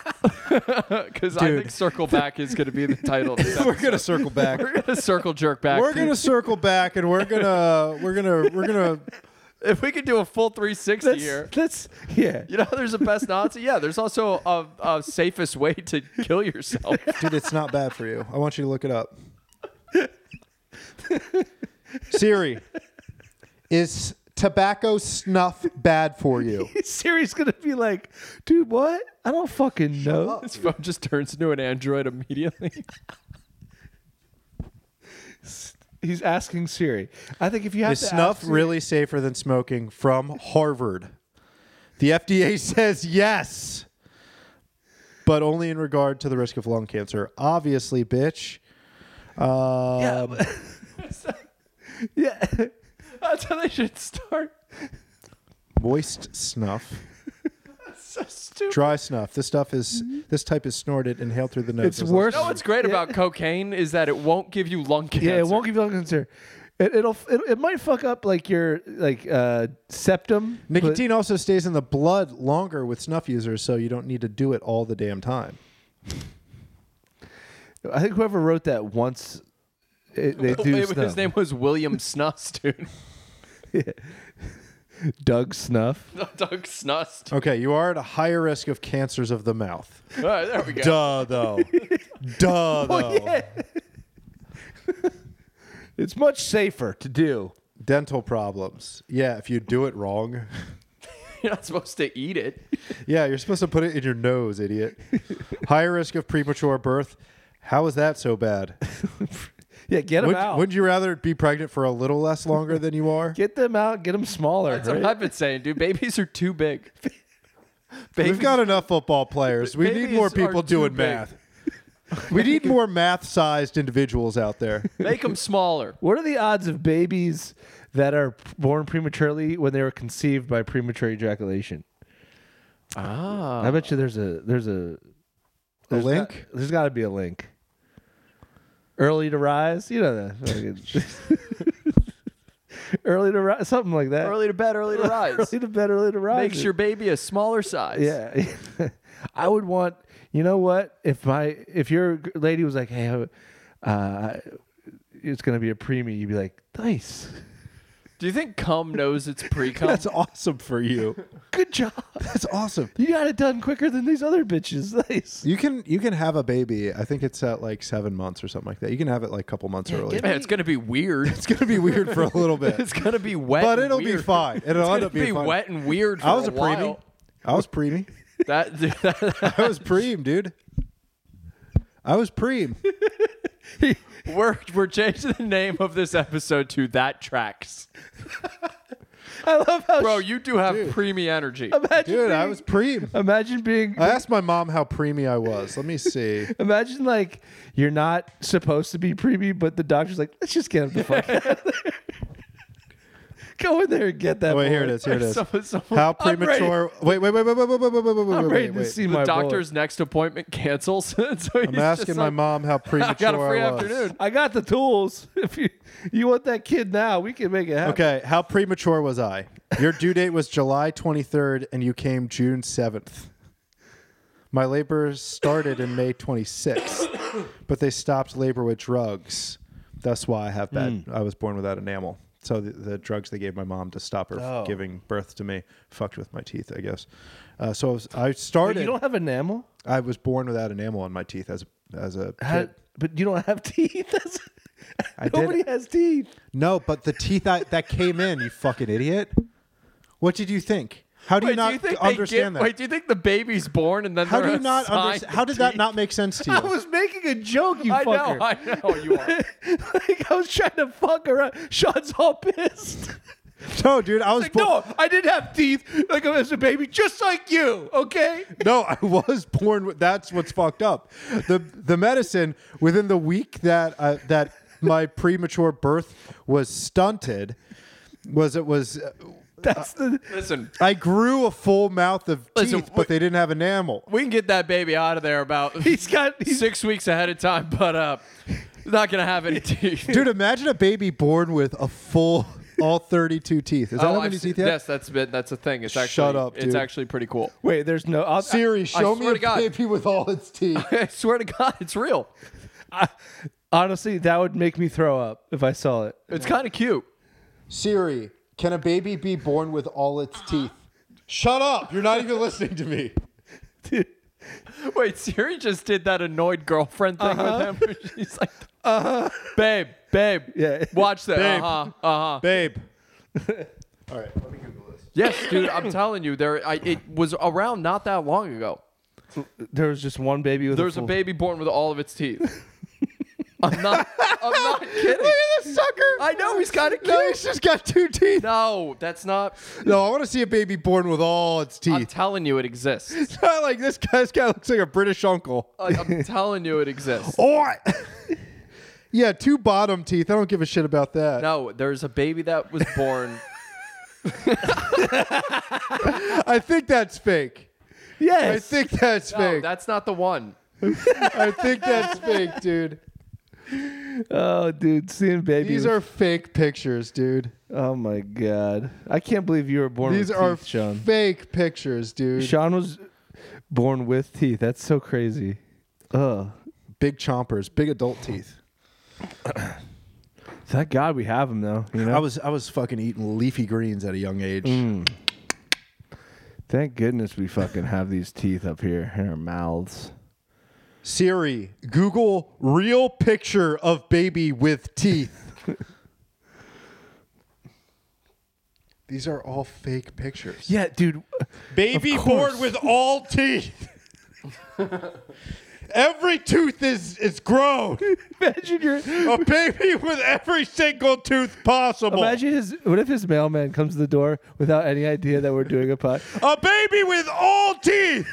[SPEAKER 2] Because I
[SPEAKER 1] Dude.
[SPEAKER 2] think circle back is going to be the title. Of this
[SPEAKER 1] We're gonna circle back.
[SPEAKER 2] episode. circle jerk back.
[SPEAKER 1] We're gonna circle back, and we're gonna we're gonna we're gonna
[SPEAKER 2] if we could do a full 360
[SPEAKER 3] That's,
[SPEAKER 2] here.
[SPEAKER 3] that's yeah.
[SPEAKER 2] You know, how there's a best Nazi. Yeah, there's also a, a safest way to kill yourself.
[SPEAKER 1] dude. It's not bad for you. I want you to look it up. Siri, is tobacco snuff bad for you?
[SPEAKER 3] Siri's gonna be like, dude, what? I don't fucking know.
[SPEAKER 2] His phone just turns into an android immediately.
[SPEAKER 3] He's asking Siri. I think if you have
[SPEAKER 1] Is
[SPEAKER 3] to
[SPEAKER 1] snuff
[SPEAKER 3] ask Siri-
[SPEAKER 1] really safer than smoking? From Harvard. The FDA says yes, but only in regard to the risk of lung cancer. Obviously, bitch. Um,
[SPEAKER 3] yeah, but- yeah.
[SPEAKER 2] That's how they should start.
[SPEAKER 1] Moist snuff,
[SPEAKER 2] So stupid.
[SPEAKER 1] dry snuff. This stuff is this type is snorted, inhaled through the nose.
[SPEAKER 3] Mm-hmm. It's worse.
[SPEAKER 2] You know what's great about cocaine is that it won't give you lung cancer.
[SPEAKER 3] Yeah, it won't give you lung cancer. It, it'll it, it might fuck up like your like uh septum. but-
[SPEAKER 1] Nicotine also stays in the blood longer with snuff users, so you don't need to do it all the damn time.
[SPEAKER 3] I think whoever wrote that once, it, they do
[SPEAKER 2] His
[SPEAKER 3] snuff.
[SPEAKER 2] name was William Snuss, dude.
[SPEAKER 3] Doug Snuff.
[SPEAKER 2] Doug Snuss.
[SPEAKER 1] Okay, you are at a higher risk of cancers of the mouth.
[SPEAKER 2] All right, there we go.
[SPEAKER 1] Duh, though. Duh, though.
[SPEAKER 3] It's much safer to do.
[SPEAKER 1] Dental problems. Yeah, if you do it wrong.
[SPEAKER 2] You're not supposed to eat it.
[SPEAKER 1] yeah, you're supposed to put it in your nose, idiot. Higher risk of premature birth. How is that so bad?
[SPEAKER 3] Yeah, get them
[SPEAKER 1] Would,
[SPEAKER 3] out.
[SPEAKER 1] wouldn't you rather be pregnant for a little less longer than you are?
[SPEAKER 3] get them out. Get them smaller.
[SPEAKER 2] That's what
[SPEAKER 3] right?
[SPEAKER 2] I've been saying, dude. Babies are too big.
[SPEAKER 1] We've got enough football players. We need
[SPEAKER 2] babies
[SPEAKER 1] more
[SPEAKER 2] are
[SPEAKER 1] people
[SPEAKER 2] too
[SPEAKER 1] doing
[SPEAKER 2] big.
[SPEAKER 1] math. We need more math-sized individuals out there.
[SPEAKER 2] Make them smaller.
[SPEAKER 3] What are the odds of babies that are p- born prematurely when they were conceived by premature ejaculation?
[SPEAKER 2] Ah.
[SPEAKER 3] I bet you there's a there's a
[SPEAKER 1] A
[SPEAKER 3] there's
[SPEAKER 1] link?
[SPEAKER 3] got- there's got to be a link. Early to rise, you know that. early to rise, something like that.
[SPEAKER 2] Early to bed, early to rise.
[SPEAKER 3] Early to bed, early to rise.
[SPEAKER 2] Makes your baby a smaller size.
[SPEAKER 3] Yeah. I would want, you know what? If my if your g- lady was like, "Hey, uh, it's going to be a preemie." You'd be like, "Nice.
[SPEAKER 2] Do you think cum knows it's pre cum?
[SPEAKER 1] That's awesome for you.
[SPEAKER 3] Good job.
[SPEAKER 1] That's awesome.
[SPEAKER 3] You got it done quicker than these other bitches." Nice.
[SPEAKER 1] You can you can have a baby. I think it's at like seven months or something like that. You can have it like a couple months early.
[SPEAKER 2] Man, it's gonna be weird.
[SPEAKER 1] It's gonna be weird for a little bit,
[SPEAKER 2] It's gonna be wet.
[SPEAKER 1] but
[SPEAKER 2] and
[SPEAKER 1] it'll
[SPEAKER 2] weird.
[SPEAKER 1] be fine. It'll end
[SPEAKER 2] It's gonna
[SPEAKER 1] up being
[SPEAKER 2] be
[SPEAKER 1] fine.
[SPEAKER 2] wet and weird. For
[SPEAKER 1] I was a,
[SPEAKER 2] a
[SPEAKER 1] preemie.
[SPEAKER 2] while.
[SPEAKER 1] I was preemie.
[SPEAKER 2] That, that-
[SPEAKER 1] I was preem, dude. I was preem.
[SPEAKER 2] we're we're changing the name of this episode to that tracks.
[SPEAKER 3] I love
[SPEAKER 2] Bro,
[SPEAKER 3] how Bro,
[SPEAKER 2] you do have preemie energy.
[SPEAKER 3] imagine
[SPEAKER 1] Dude, I
[SPEAKER 3] being-
[SPEAKER 1] was preem.
[SPEAKER 3] imagine being
[SPEAKER 1] I asked my mom how preemie I was. Let me see.
[SPEAKER 3] imagine like you're not supposed to be preemie, but the doctor's like, "Let's just get him the fuck out of there." Go in there and get that.
[SPEAKER 1] Wait, here
[SPEAKER 3] boy.
[SPEAKER 1] it is. Here it is.
[SPEAKER 2] Someone- someone-
[SPEAKER 1] How
[SPEAKER 3] I'm ready.
[SPEAKER 1] premature? Wait, wait, wait, wait, wait, wait, wait, wait, wait, wait,
[SPEAKER 3] I'm
[SPEAKER 1] wait,
[SPEAKER 3] ready
[SPEAKER 1] wait,
[SPEAKER 3] to
[SPEAKER 1] wait.
[SPEAKER 3] see
[SPEAKER 2] the
[SPEAKER 3] my boy.
[SPEAKER 2] doctor's next appointment cancels. so
[SPEAKER 1] I'm asking my mom how premature
[SPEAKER 2] I got a free
[SPEAKER 1] was.
[SPEAKER 2] afternoon.
[SPEAKER 3] I got the tools. If you you want that kid now, we can make it happen.
[SPEAKER 1] Okay, how premature was I? Your due date was July 23rd, and you came June 7th. My labor started in May 26th, but they stopped labor with drugs. That's why I have bad.
[SPEAKER 3] Hmm.
[SPEAKER 1] I was born without enamel. So the, the drugs they gave my mom to stop her
[SPEAKER 3] Oh.
[SPEAKER 1] f giving birth to me fucked with my teeth, I guess. Uh, so I, was, I started.
[SPEAKER 3] you don't have enamel,
[SPEAKER 1] I was born without enamel on my teeth as a, as a
[SPEAKER 3] How-
[SPEAKER 1] kid.
[SPEAKER 3] but you don't have teeth. That's,
[SPEAKER 1] I
[SPEAKER 3] nobody
[SPEAKER 1] did-
[SPEAKER 3] has teeth.
[SPEAKER 1] No, but the teeth I, that came in, you fucking idiot. What did you think? How do you
[SPEAKER 2] Wait,
[SPEAKER 1] not
[SPEAKER 2] do you think they give-
[SPEAKER 1] understand that?
[SPEAKER 2] Wait, do you think the baby's born and then
[SPEAKER 1] how do
[SPEAKER 2] they're
[SPEAKER 1] you not
[SPEAKER 2] assigned
[SPEAKER 1] understand? How did that not make sense to
[SPEAKER 3] I
[SPEAKER 1] you?
[SPEAKER 3] was making a joke, you
[SPEAKER 2] I
[SPEAKER 3] fucker.
[SPEAKER 2] know, I know you are.
[SPEAKER 3] like I was trying to fuck her up. Sean's all pissed.
[SPEAKER 1] No, dude, I was
[SPEAKER 3] Like,
[SPEAKER 1] bo-
[SPEAKER 3] no, I didn't have teeth like as a baby, just like you. Okay.
[SPEAKER 1] no, I was born with. That's what's fucked up. The the medicine within the week that uh, that my premature birth was stunted was it was uh,
[SPEAKER 3] That's the
[SPEAKER 2] Listen,
[SPEAKER 1] I grew a full mouth of
[SPEAKER 2] Listen,
[SPEAKER 1] teeth, but they didn't have enamel.
[SPEAKER 2] we can get that baby out of there about
[SPEAKER 3] he's got. He's,
[SPEAKER 2] six weeks ahead of time, but uh, not gonna have any teeth.
[SPEAKER 1] Dude, imagine a baby born with a full all 32 teeth. Is that
[SPEAKER 2] Oh,
[SPEAKER 1] how
[SPEAKER 2] I've
[SPEAKER 1] many
[SPEAKER 2] seen-
[SPEAKER 1] teeth you have?
[SPEAKER 2] Yes, that's been, that's a thing. It's actually
[SPEAKER 1] Shut up,
[SPEAKER 2] It's
[SPEAKER 1] dude.
[SPEAKER 2] actually pretty cool.
[SPEAKER 3] wait, there's no. I'll,
[SPEAKER 1] Siri,
[SPEAKER 2] I
[SPEAKER 1] show me
[SPEAKER 2] swear
[SPEAKER 1] a
[SPEAKER 2] to God.
[SPEAKER 1] baby with all its teeth.
[SPEAKER 2] I swear to God, it's real.
[SPEAKER 3] I- honestly, that would make me throw up if I saw it.
[SPEAKER 2] It's kind of cute.
[SPEAKER 1] Siri, can a baby be born with all its
[SPEAKER 2] Uh-huh.
[SPEAKER 1] teeth? Shut up. You're not even listening to me.
[SPEAKER 3] Dude.
[SPEAKER 2] Wait, Siri just did that annoyed girlfriend thing with him. Where she's like, uh babe, babe,
[SPEAKER 3] Yeah.
[SPEAKER 2] watch that.
[SPEAKER 1] Babe.
[SPEAKER 2] Uh huh, uh huh.
[SPEAKER 1] Babe. all right, let me Google this.
[SPEAKER 2] Yes, dude, I'm telling you, there. I, it was around not that long ago.
[SPEAKER 3] There was just one baby with.
[SPEAKER 2] There's a
[SPEAKER 3] full-
[SPEAKER 2] baby born with all of its teeth. I'm not. I'm not kidding.
[SPEAKER 1] Look at this sucker.
[SPEAKER 2] I know he's kind of
[SPEAKER 1] No,
[SPEAKER 2] cute.
[SPEAKER 1] he's just got two teeth. No,
[SPEAKER 2] No, that's not.
[SPEAKER 1] I want to see a baby born with all its
[SPEAKER 2] I'm
[SPEAKER 1] teeth.
[SPEAKER 2] telling you, it exists.
[SPEAKER 1] It's not like this guy, this guy looks like a British uncle.
[SPEAKER 2] Like, I'm telling you, it exists.
[SPEAKER 1] Oh, yeah, two bottom teeth. I don't give a shit about that.
[SPEAKER 2] No, there's a baby that was born.
[SPEAKER 1] I think that's fake. I
[SPEAKER 3] Yes.
[SPEAKER 1] think that's
[SPEAKER 2] No,
[SPEAKER 1] fake.
[SPEAKER 2] that's not the one.
[SPEAKER 1] I think that's fake, dude.
[SPEAKER 3] oh, dude, seeing babies.
[SPEAKER 1] These are fake pictures, dude.
[SPEAKER 3] Oh my god, I can't believe you were born.
[SPEAKER 1] These
[SPEAKER 3] with
[SPEAKER 1] are
[SPEAKER 3] teeth, Sean.
[SPEAKER 1] fake pictures, dude.
[SPEAKER 3] Sean was born with teeth. That's so crazy. Ugh.
[SPEAKER 1] Big chompers, big adult teeth.
[SPEAKER 3] Thank God we have him though. You know.
[SPEAKER 1] I was I was fucking eating leafy greens at a young age.
[SPEAKER 3] Thank goodness we fucking have these teeth up here in our mouths.
[SPEAKER 1] Siri, Google real picture of baby with teeth. These are all fake pictures.
[SPEAKER 3] Yeah, dude.
[SPEAKER 1] Baby
[SPEAKER 3] Of course.
[SPEAKER 1] born with all teeth. every tooth is is grown.
[SPEAKER 3] Imagine your.
[SPEAKER 1] A baby with every single tooth possible.
[SPEAKER 3] Imagine his. What if his mailman comes to the door without any idea that we're doing a pod?
[SPEAKER 1] A baby with all teeth.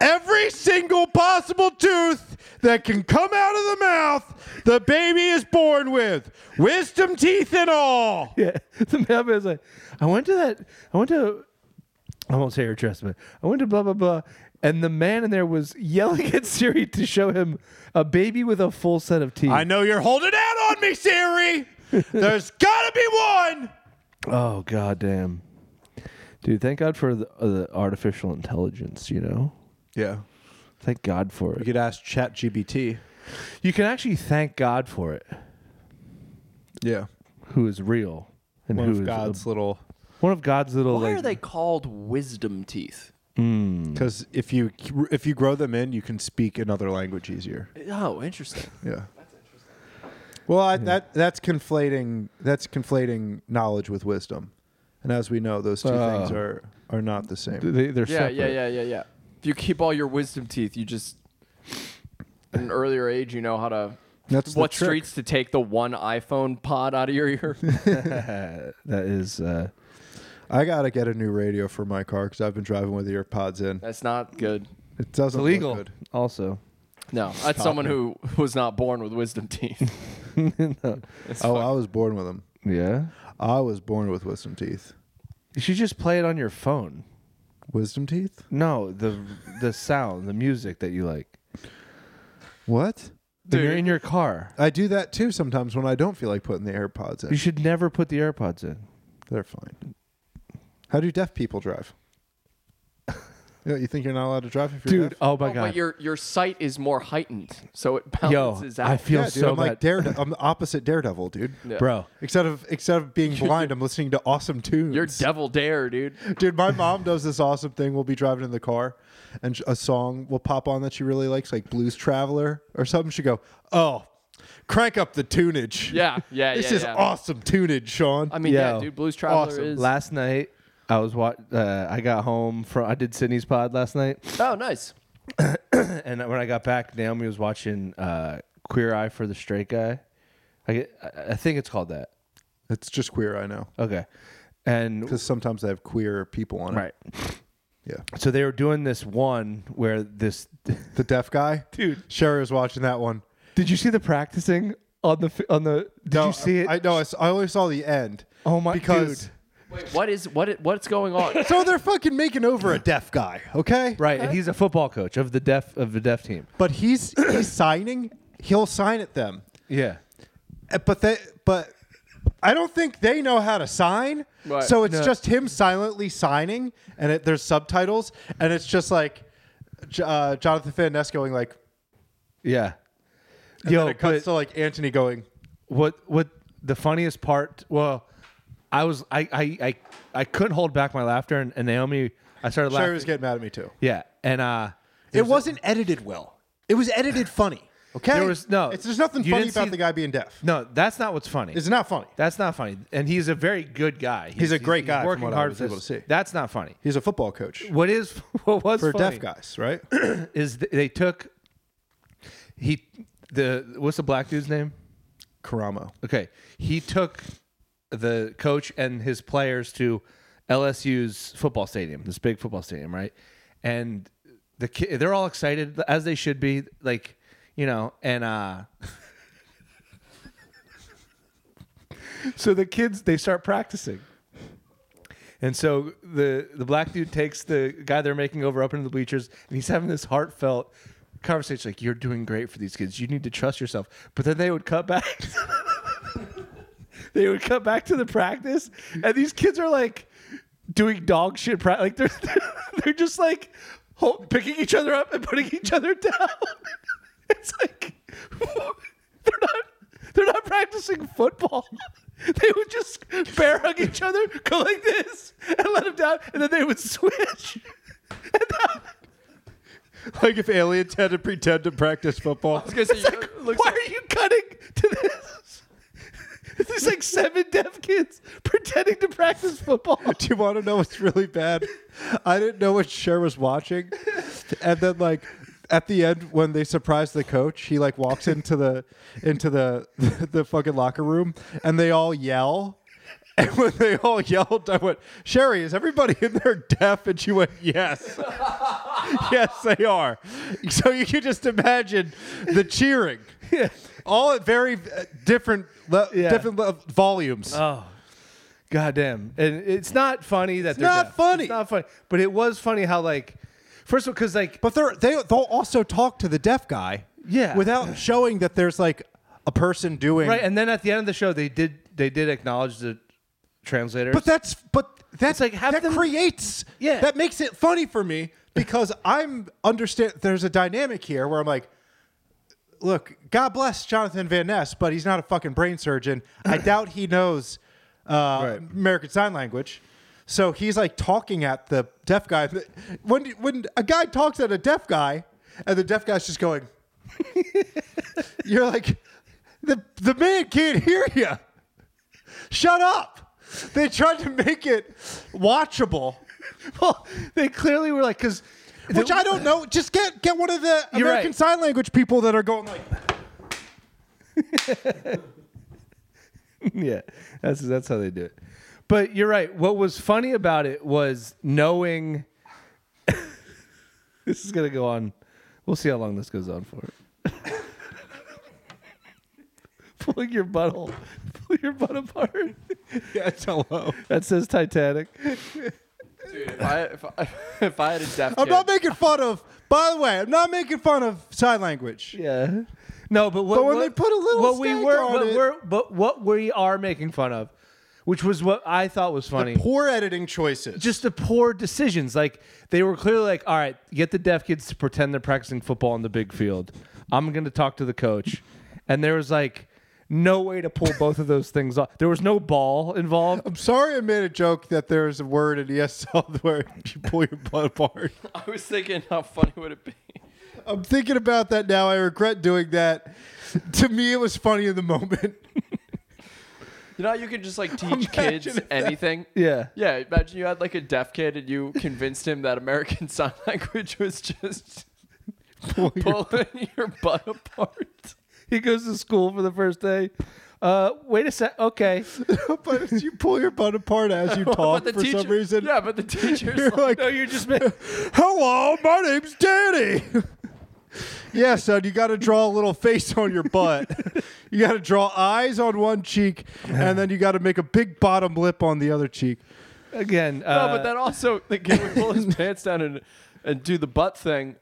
[SPEAKER 1] Every single possible tooth that can come out of the mouth, the baby is born with. Wisdom teeth and all.
[SPEAKER 3] Yeah, the mailman's like, I went to that. I went to. I won't say her address, but I went to blah blah blah, and the man in there was yelling at Siri to show him a baby with a full set of teeth.
[SPEAKER 1] I know you're holding out on me, Siri. There's gotta be one.
[SPEAKER 3] Oh god damn, dude! Thank God for the, uh, the artificial intelligence. You know,
[SPEAKER 1] Yeah.
[SPEAKER 3] thank God for it.
[SPEAKER 1] could ask Chat GBT.
[SPEAKER 3] You can actually thank God for it,
[SPEAKER 1] Yeah.
[SPEAKER 3] who is real and who is a-
[SPEAKER 1] little.
[SPEAKER 3] one of God's little.
[SPEAKER 2] Why
[SPEAKER 3] like,
[SPEAKER 2] are they called wisdom teeth?
[SPEAKER 3] Hmm.
[SPEAKER 1] Because if you if you grow them in, you can speak another language easier.
[SPEAKER 2] Oh, interesting.
[SPEAKER 1] Yeah. Well, I, that that's conflating that's conflating knowledge with wisdom, and as we know, those two
[SPEAKER 3] Oh.
[SPEAKER 1] things are are not the same.
[SPEAKER 3] They, they're
[SPEAKER 2] Yeah,
[SPEAKER 3] separate.
[SPEAKER 2] yeah, yeah, yeah, yeah. If you keep all your wisdom teeth, you just at an earlier age you know how to
[SPEAKER 1] That's the
[SPEAKER 2] what
[SPEAKER 1] trick.
[SPEAKER 2] streets to take the one iPhone pod out of your ear.
[SPEAKER 3] that is. Uh,
[SPEAKER 1] I gotta get a new radio for my car because I've been driving with the AirPods in.
[SPEAKER 2] That's not good.
[SPEAKER 1] It doesn't look
[SPEAKER 3] illegal.
[SPEAKER 1] good.
[SPEAKER 3] Also,
[SPEAKER 2] No, that's someone who was not born with wisdom teeth.
[SPEAKER 1] Oh, I was born with them.
[SPEAKER 3] yeah.
[SPEAKER 1] I was born with wisdom teeth.
[SPEAKER 3] You should just play it on your phone.
[SPEAKER 1] Wisdom teeth?
[SPEAKER 3] No, the the sound, the music that you like.
[SPEAKER 1] What?
[SPEAKER 3] When you're
[SPEAKER 2] Dude.
[SPEAKER 3] in your car,
[SPEAKER 1] I do that too sometimes when I don't feel like putting the AirPods
[SPEAKER 3] you
[SPEAKER 1] in.
[SPEAKER 3] should never put the AirPods in.
[SPEAKER 1] They're fine. How do deaf people drive? you, know, you think you're not allowed to drive if you're
[SPEAKER 3] Dude,
[SPEAKER 1] deaf?
[SPEAKER 3] oh my
[SPEAKER 2] But
[SPEAKER 3] god.
[SPEAKER 2] your your sight is more heightened, so it
[SPEAKER 3] Yo,
[SPEAKER 2] balances out.
[SPEAKER 3] I feel
[SPEAKER 1] yeah, dude,
[SPEAKER 3] so
[SPEAKER 1] I'm
[SPEAKER 3] bad.
[SPEAKER 1] like Daredevil. I'm the opposite Daredevil, dude.
[SPEAKER 2] Yeah.
[SPEAKER 3] Bro,
[SPEAKER 1] Instead of instead of being blind, I'm listening to awesome tunes.
[SPEAKER 2] You're devil dare, dude.
[SPEAKER 1] dude, my mom does this awesome thing. We'll be driving in the car, and sh- a song will pop on that she really likes, like Blues Traveler or something. She go, oh, crank up the tunage.
[SPEAKER 2] Yeah, yeah,
[SPEAKER 1] this
[SPEAKER 2] yeah,
[SPEAKER 1] is
[SPEAKER 2] yeah.
[SPEAKER 1] awesome tunage, Sean.
[SPEAKER 2] I mean, yeah,
[SPEAKER 3] Yo,
[SPEAKER 2] dude, Blues Traveler
[SPEAKER 1] awesome.
[SPEAKER 2] is
[SPEAKER 3] last night I was wa- uh, I got home from I did Sydney's pod last night
[SPEAKER 2] Oh, nice.
[SPEAKER 3] and when I got back Naomi was watching uh, Queer Eye for the Straight Guy. I get, I- I think it's called that.
[SPEAKER 1] It's just queer, I know.
[SPEAKER 3] Okay. And
[SPEAKER 1] Because sometimes they have queer people on it.
[SPEAKER 3] right.
[SPEAKER 1] Yeah.
[SPEAKER 3] So they were doing this one where this
[SPEAKER 1] The deaf guy?
[SPEAKER 3] dude.
[SPEAKER 1] Sherry was watching that one.
[SPEAKER 3] Did you see the practicing on the fi- on the? Did
[SPEAKER 1] No,
[SPEAKER 3] you see it?
[SPEAKER 1] I know. I, s- I only saw the end.
[SPEAKER 3] oh my
[SPEAKER 1] because
[SPEAKER 3] dude.
[SPEAKER 2] Wait, what is what? i- What's going on?
[SPEAKER 1] so they're fucking making over a deaf guy, okay?
[SPEAKER 3] Right, and he's a football coach of the deaf of the deaf team.
[SPEAKER 1] But he's he's signing. He'll sign at them.
[SPEAKER 3] Yeah.
[SPEAKER 1] Uh, But they but I don't think they know how to sign.
[SPEAKER 2] Right.
[SPEAKER 1] So it's
[SPEAKER 3] No.
[SPEAKER 1] just him silently signing, and it, there's subtitles, and it's just like J- uh, Jonathan Van Ness going like,
[SPEAKER 3] Yeah.
[SPEAKER 1] and then it cuts to like Anthony going.
[SPEAKER 3] what what the funniest part well i was i i i, I couldn't hold back my laughter and, and naomi i started laughing
[SPEAKER 1] Sherry was getting mad at me too.
[SPEAKER 3] yeah and uh
[SPEAKER 1] It wasn't edited well. It was edited funny. Okay.
[SPEAKER 3] There was- no,
[SPEAKER 1] It's, there's nothing
[SPEAKER 3] you
[SPEAKER 1] funny
[SPEAKER 3] didn't
[SPEAKER 1] about
[SPEAKER 3] see-
[SPEAKER 1] the guy being deaf.
[SPEAKER 3] no that's not what's funny
[SPEAKER 1] It's not funny.
[SPEAKER 3] that's not funny and he's a very good guy he's,
[SPEAKER 1] a great guy from
[SPEAKER 3] working
[SPEAKER 1] what I
[SPEAKER 3] hard
[SPEAKER 1] was
[SPEAKER 3] for
[SPEAKER 1] able
[SPEAKER 3] this.
[SPEAKER 1] to see.
[SPEAKER 3] that's not funny
[SPEAKER 1] He's a football coach
[SPEAKER 3] what is what was
[SPEAKER 1] for
[SPEAKER 3] funny
[SPEAKER 1] deaf guys, right?
[SPEAKER 3] is th- they took he the what's the black dude's name
[SPEAKER 1] Karamo.
[SPEAKER 3] Okay. He took the coach and his players to LSU's football stadium, this big football stadium, right? And the ki- they're all excited as they should be, like, you know, and uh So the kids they start practicing. And so the the black dude takes the guy they're making over up into the bleachers, and he's having this heartfelt conversation like, "You're doing great for these kids. You need to trust yourself." But then they would cut back. they would cut back to the practice, and these kids are like doing dog shit. Pra- like they're they're just like hol- picking each other up and putting each other down. it's like they're not they're not practicing football. They would just bear hug each other, go like this, and let them down, and then they would switch. And that-
[SPEAKER 1] Like if aliens had to pretend to practice football.
[SPEAKER 2] I was gonna say, you- it looks
[SPEAKER 3] why
[SPEAKER 2] like-
[SPEAKER 3] are you cutting to this? There's like seven deaf kids pretending to practice football.
[SPEAKER 1] Do you want to know what's really bad? I didn't know what Cher was watching. And then like at the end when they surprise the coach, he like walks into the into the the fucking locker room and they all yell. And when they all yelled, I went, Sherry, is everybody in there deaf? And she went, Yes. yes, they are. So you can just imagine the cheering.
[SPEAKER 3] Yeah.
[SPEAKER 1] All at very uh, different le-
[SPEAKER 3] Yeah.
[SPEAKER 1] different le- volumes.
[SPEAKER 3] Oh, goddamn! And it's not funny that they're
[SPEAKER 1] not
[SPEAKER 3] deaf.
[SPEAKER 1] funny.
[SPEAKER 3] It's not funny, but it was funny how like first of all because like
[SPEAKER 1] But they're, they they'll also talk to the deaf guy,
[SPEAKER 3] Yeah.
[SPEAKER 1] without showing that there's like a person doing.
[SPEAKER 3] right, and then at the end of the show they did they did acknowledge the translators.
[SPEAKER 1] but that's but that's
[SPEAKER 3] It's like,
[SPEAKER 1] like
[SPEAKER 3] have
[SPEAKER 1] that
[SPEAKER 3] them-
[SPEAKER 1] creates
[SPEAKER 3] Yeah.
[SPEAKER 1] that makes it funny for me because I'm understand. There's a dynamic here where I'm like, look, God bless Jonathan Van Ness, but he's not a fucking brain surgeon. I doubt he knows uh, American Sign Language. So he's like talking at the deaf guy. When when a guy talks at a deaf guy, and the deaf guy's just going, you're like, the the man can't hear you. Shut up. They tried to make it watchable,
[SPEAKER 3] well, they clearly were like because
[SPEAKER 1] which I don't know. Just get get one of the
[SPEAKER 3] You're
[SPEAKER 1] American
[SPEAKER 3] right.
[SPEAKER 1] Sign Language people that are going like.
[SPEAKER 3] yeah, that's that's how they do it. But you're right. What was funny about it was knowing. this is gonna go on. We'll see how long this goes on for. Pulling your butthole, pull your butt apart.
[SPEAKER 1] Yes, hello.
[SPEAKER 3] That says Titanic.
[SPEAKER 2] Dude, if I, if, I, if I had a deaf
[SPEAKER 1] I'm
[SPEAKER 2] kid,
[SPEAKER 1] not making fun of. By the way, I'm not making fun of sign language.
[SPEAKER 3] Yeah. No, but what,
[SPEAKER 1] But when
[SPEAKER 3] what-
[SPEAKER 1] they put a little
[SPEAKER 3] what we
[SPEAKER 1] stank
[SPEAKER 3] were,
[SPEAKER 1] on
[SPEAKER 3] what
[SPEAKER 1] it-
[SPEAKER 3] we're, but what we are making fun of, which was what I thought was funny.
[SPEAKER 1] Poor editing choices.
[SPEAKER 3] just the poor decisions. Like they were clearly like, all right, get the deaf kids to pretend they're practicing football on the big field. I'm going to talk to the coach, and there was like no way to pull both of those things off. There was no ball involved.
[SPEAKER 1] I'm sorry I made a joke that there's a word in ESL where you pull your butt apart.
[SPEAKER 2] I was thinking, how funny would it be?
[SPEAKER 1] I'm thinking about that now. I regret doing that. To me, it was funny in the moment.
[SPEAKER 2] You know, how you could just like teach
[SPEAKER 1] Imagine
[SPEAKER 2] kids
[SPEAKER 1] if
[SPEAKER 2] anything.
[SPEAKER 3] Yeah.
[SPEAKER 2] Yeah, imagine you had like a deaf kid and you convinced him that American Sign Language was just pulling your butt apart.
[SPEAKER 3] He goes to school for the first day. Uh, wait a sec. Okay.
[SPEAKER 1] but you pull your butt apart as you talk
[SPEAKER 2] But the
[SPEAKER 1] for
[SPEAKER 2] teacher,
[SPEAKER 1] some reason.
[SPEAKER 2] yeah, but the teacher's
[SPEAKER 1] You're
[SPEAKER 2] like,
[SPEAKER 1] like,
[SPEAKER 3] No, you're just. ma-
[SPEAKER 1] hello, my name's Danny. yeah, son, you got to draw a little face on your butt. you got to draw eyes on one cheek, and then you got to make a big bottom lip on the other cheek.
[SPEAKER 3] Again.
[SPEAKER 2] no,
[SPEAKER 3] Uh,
[SPEAKER 2] but then also the kid would pull his pants down and and do the butt thing.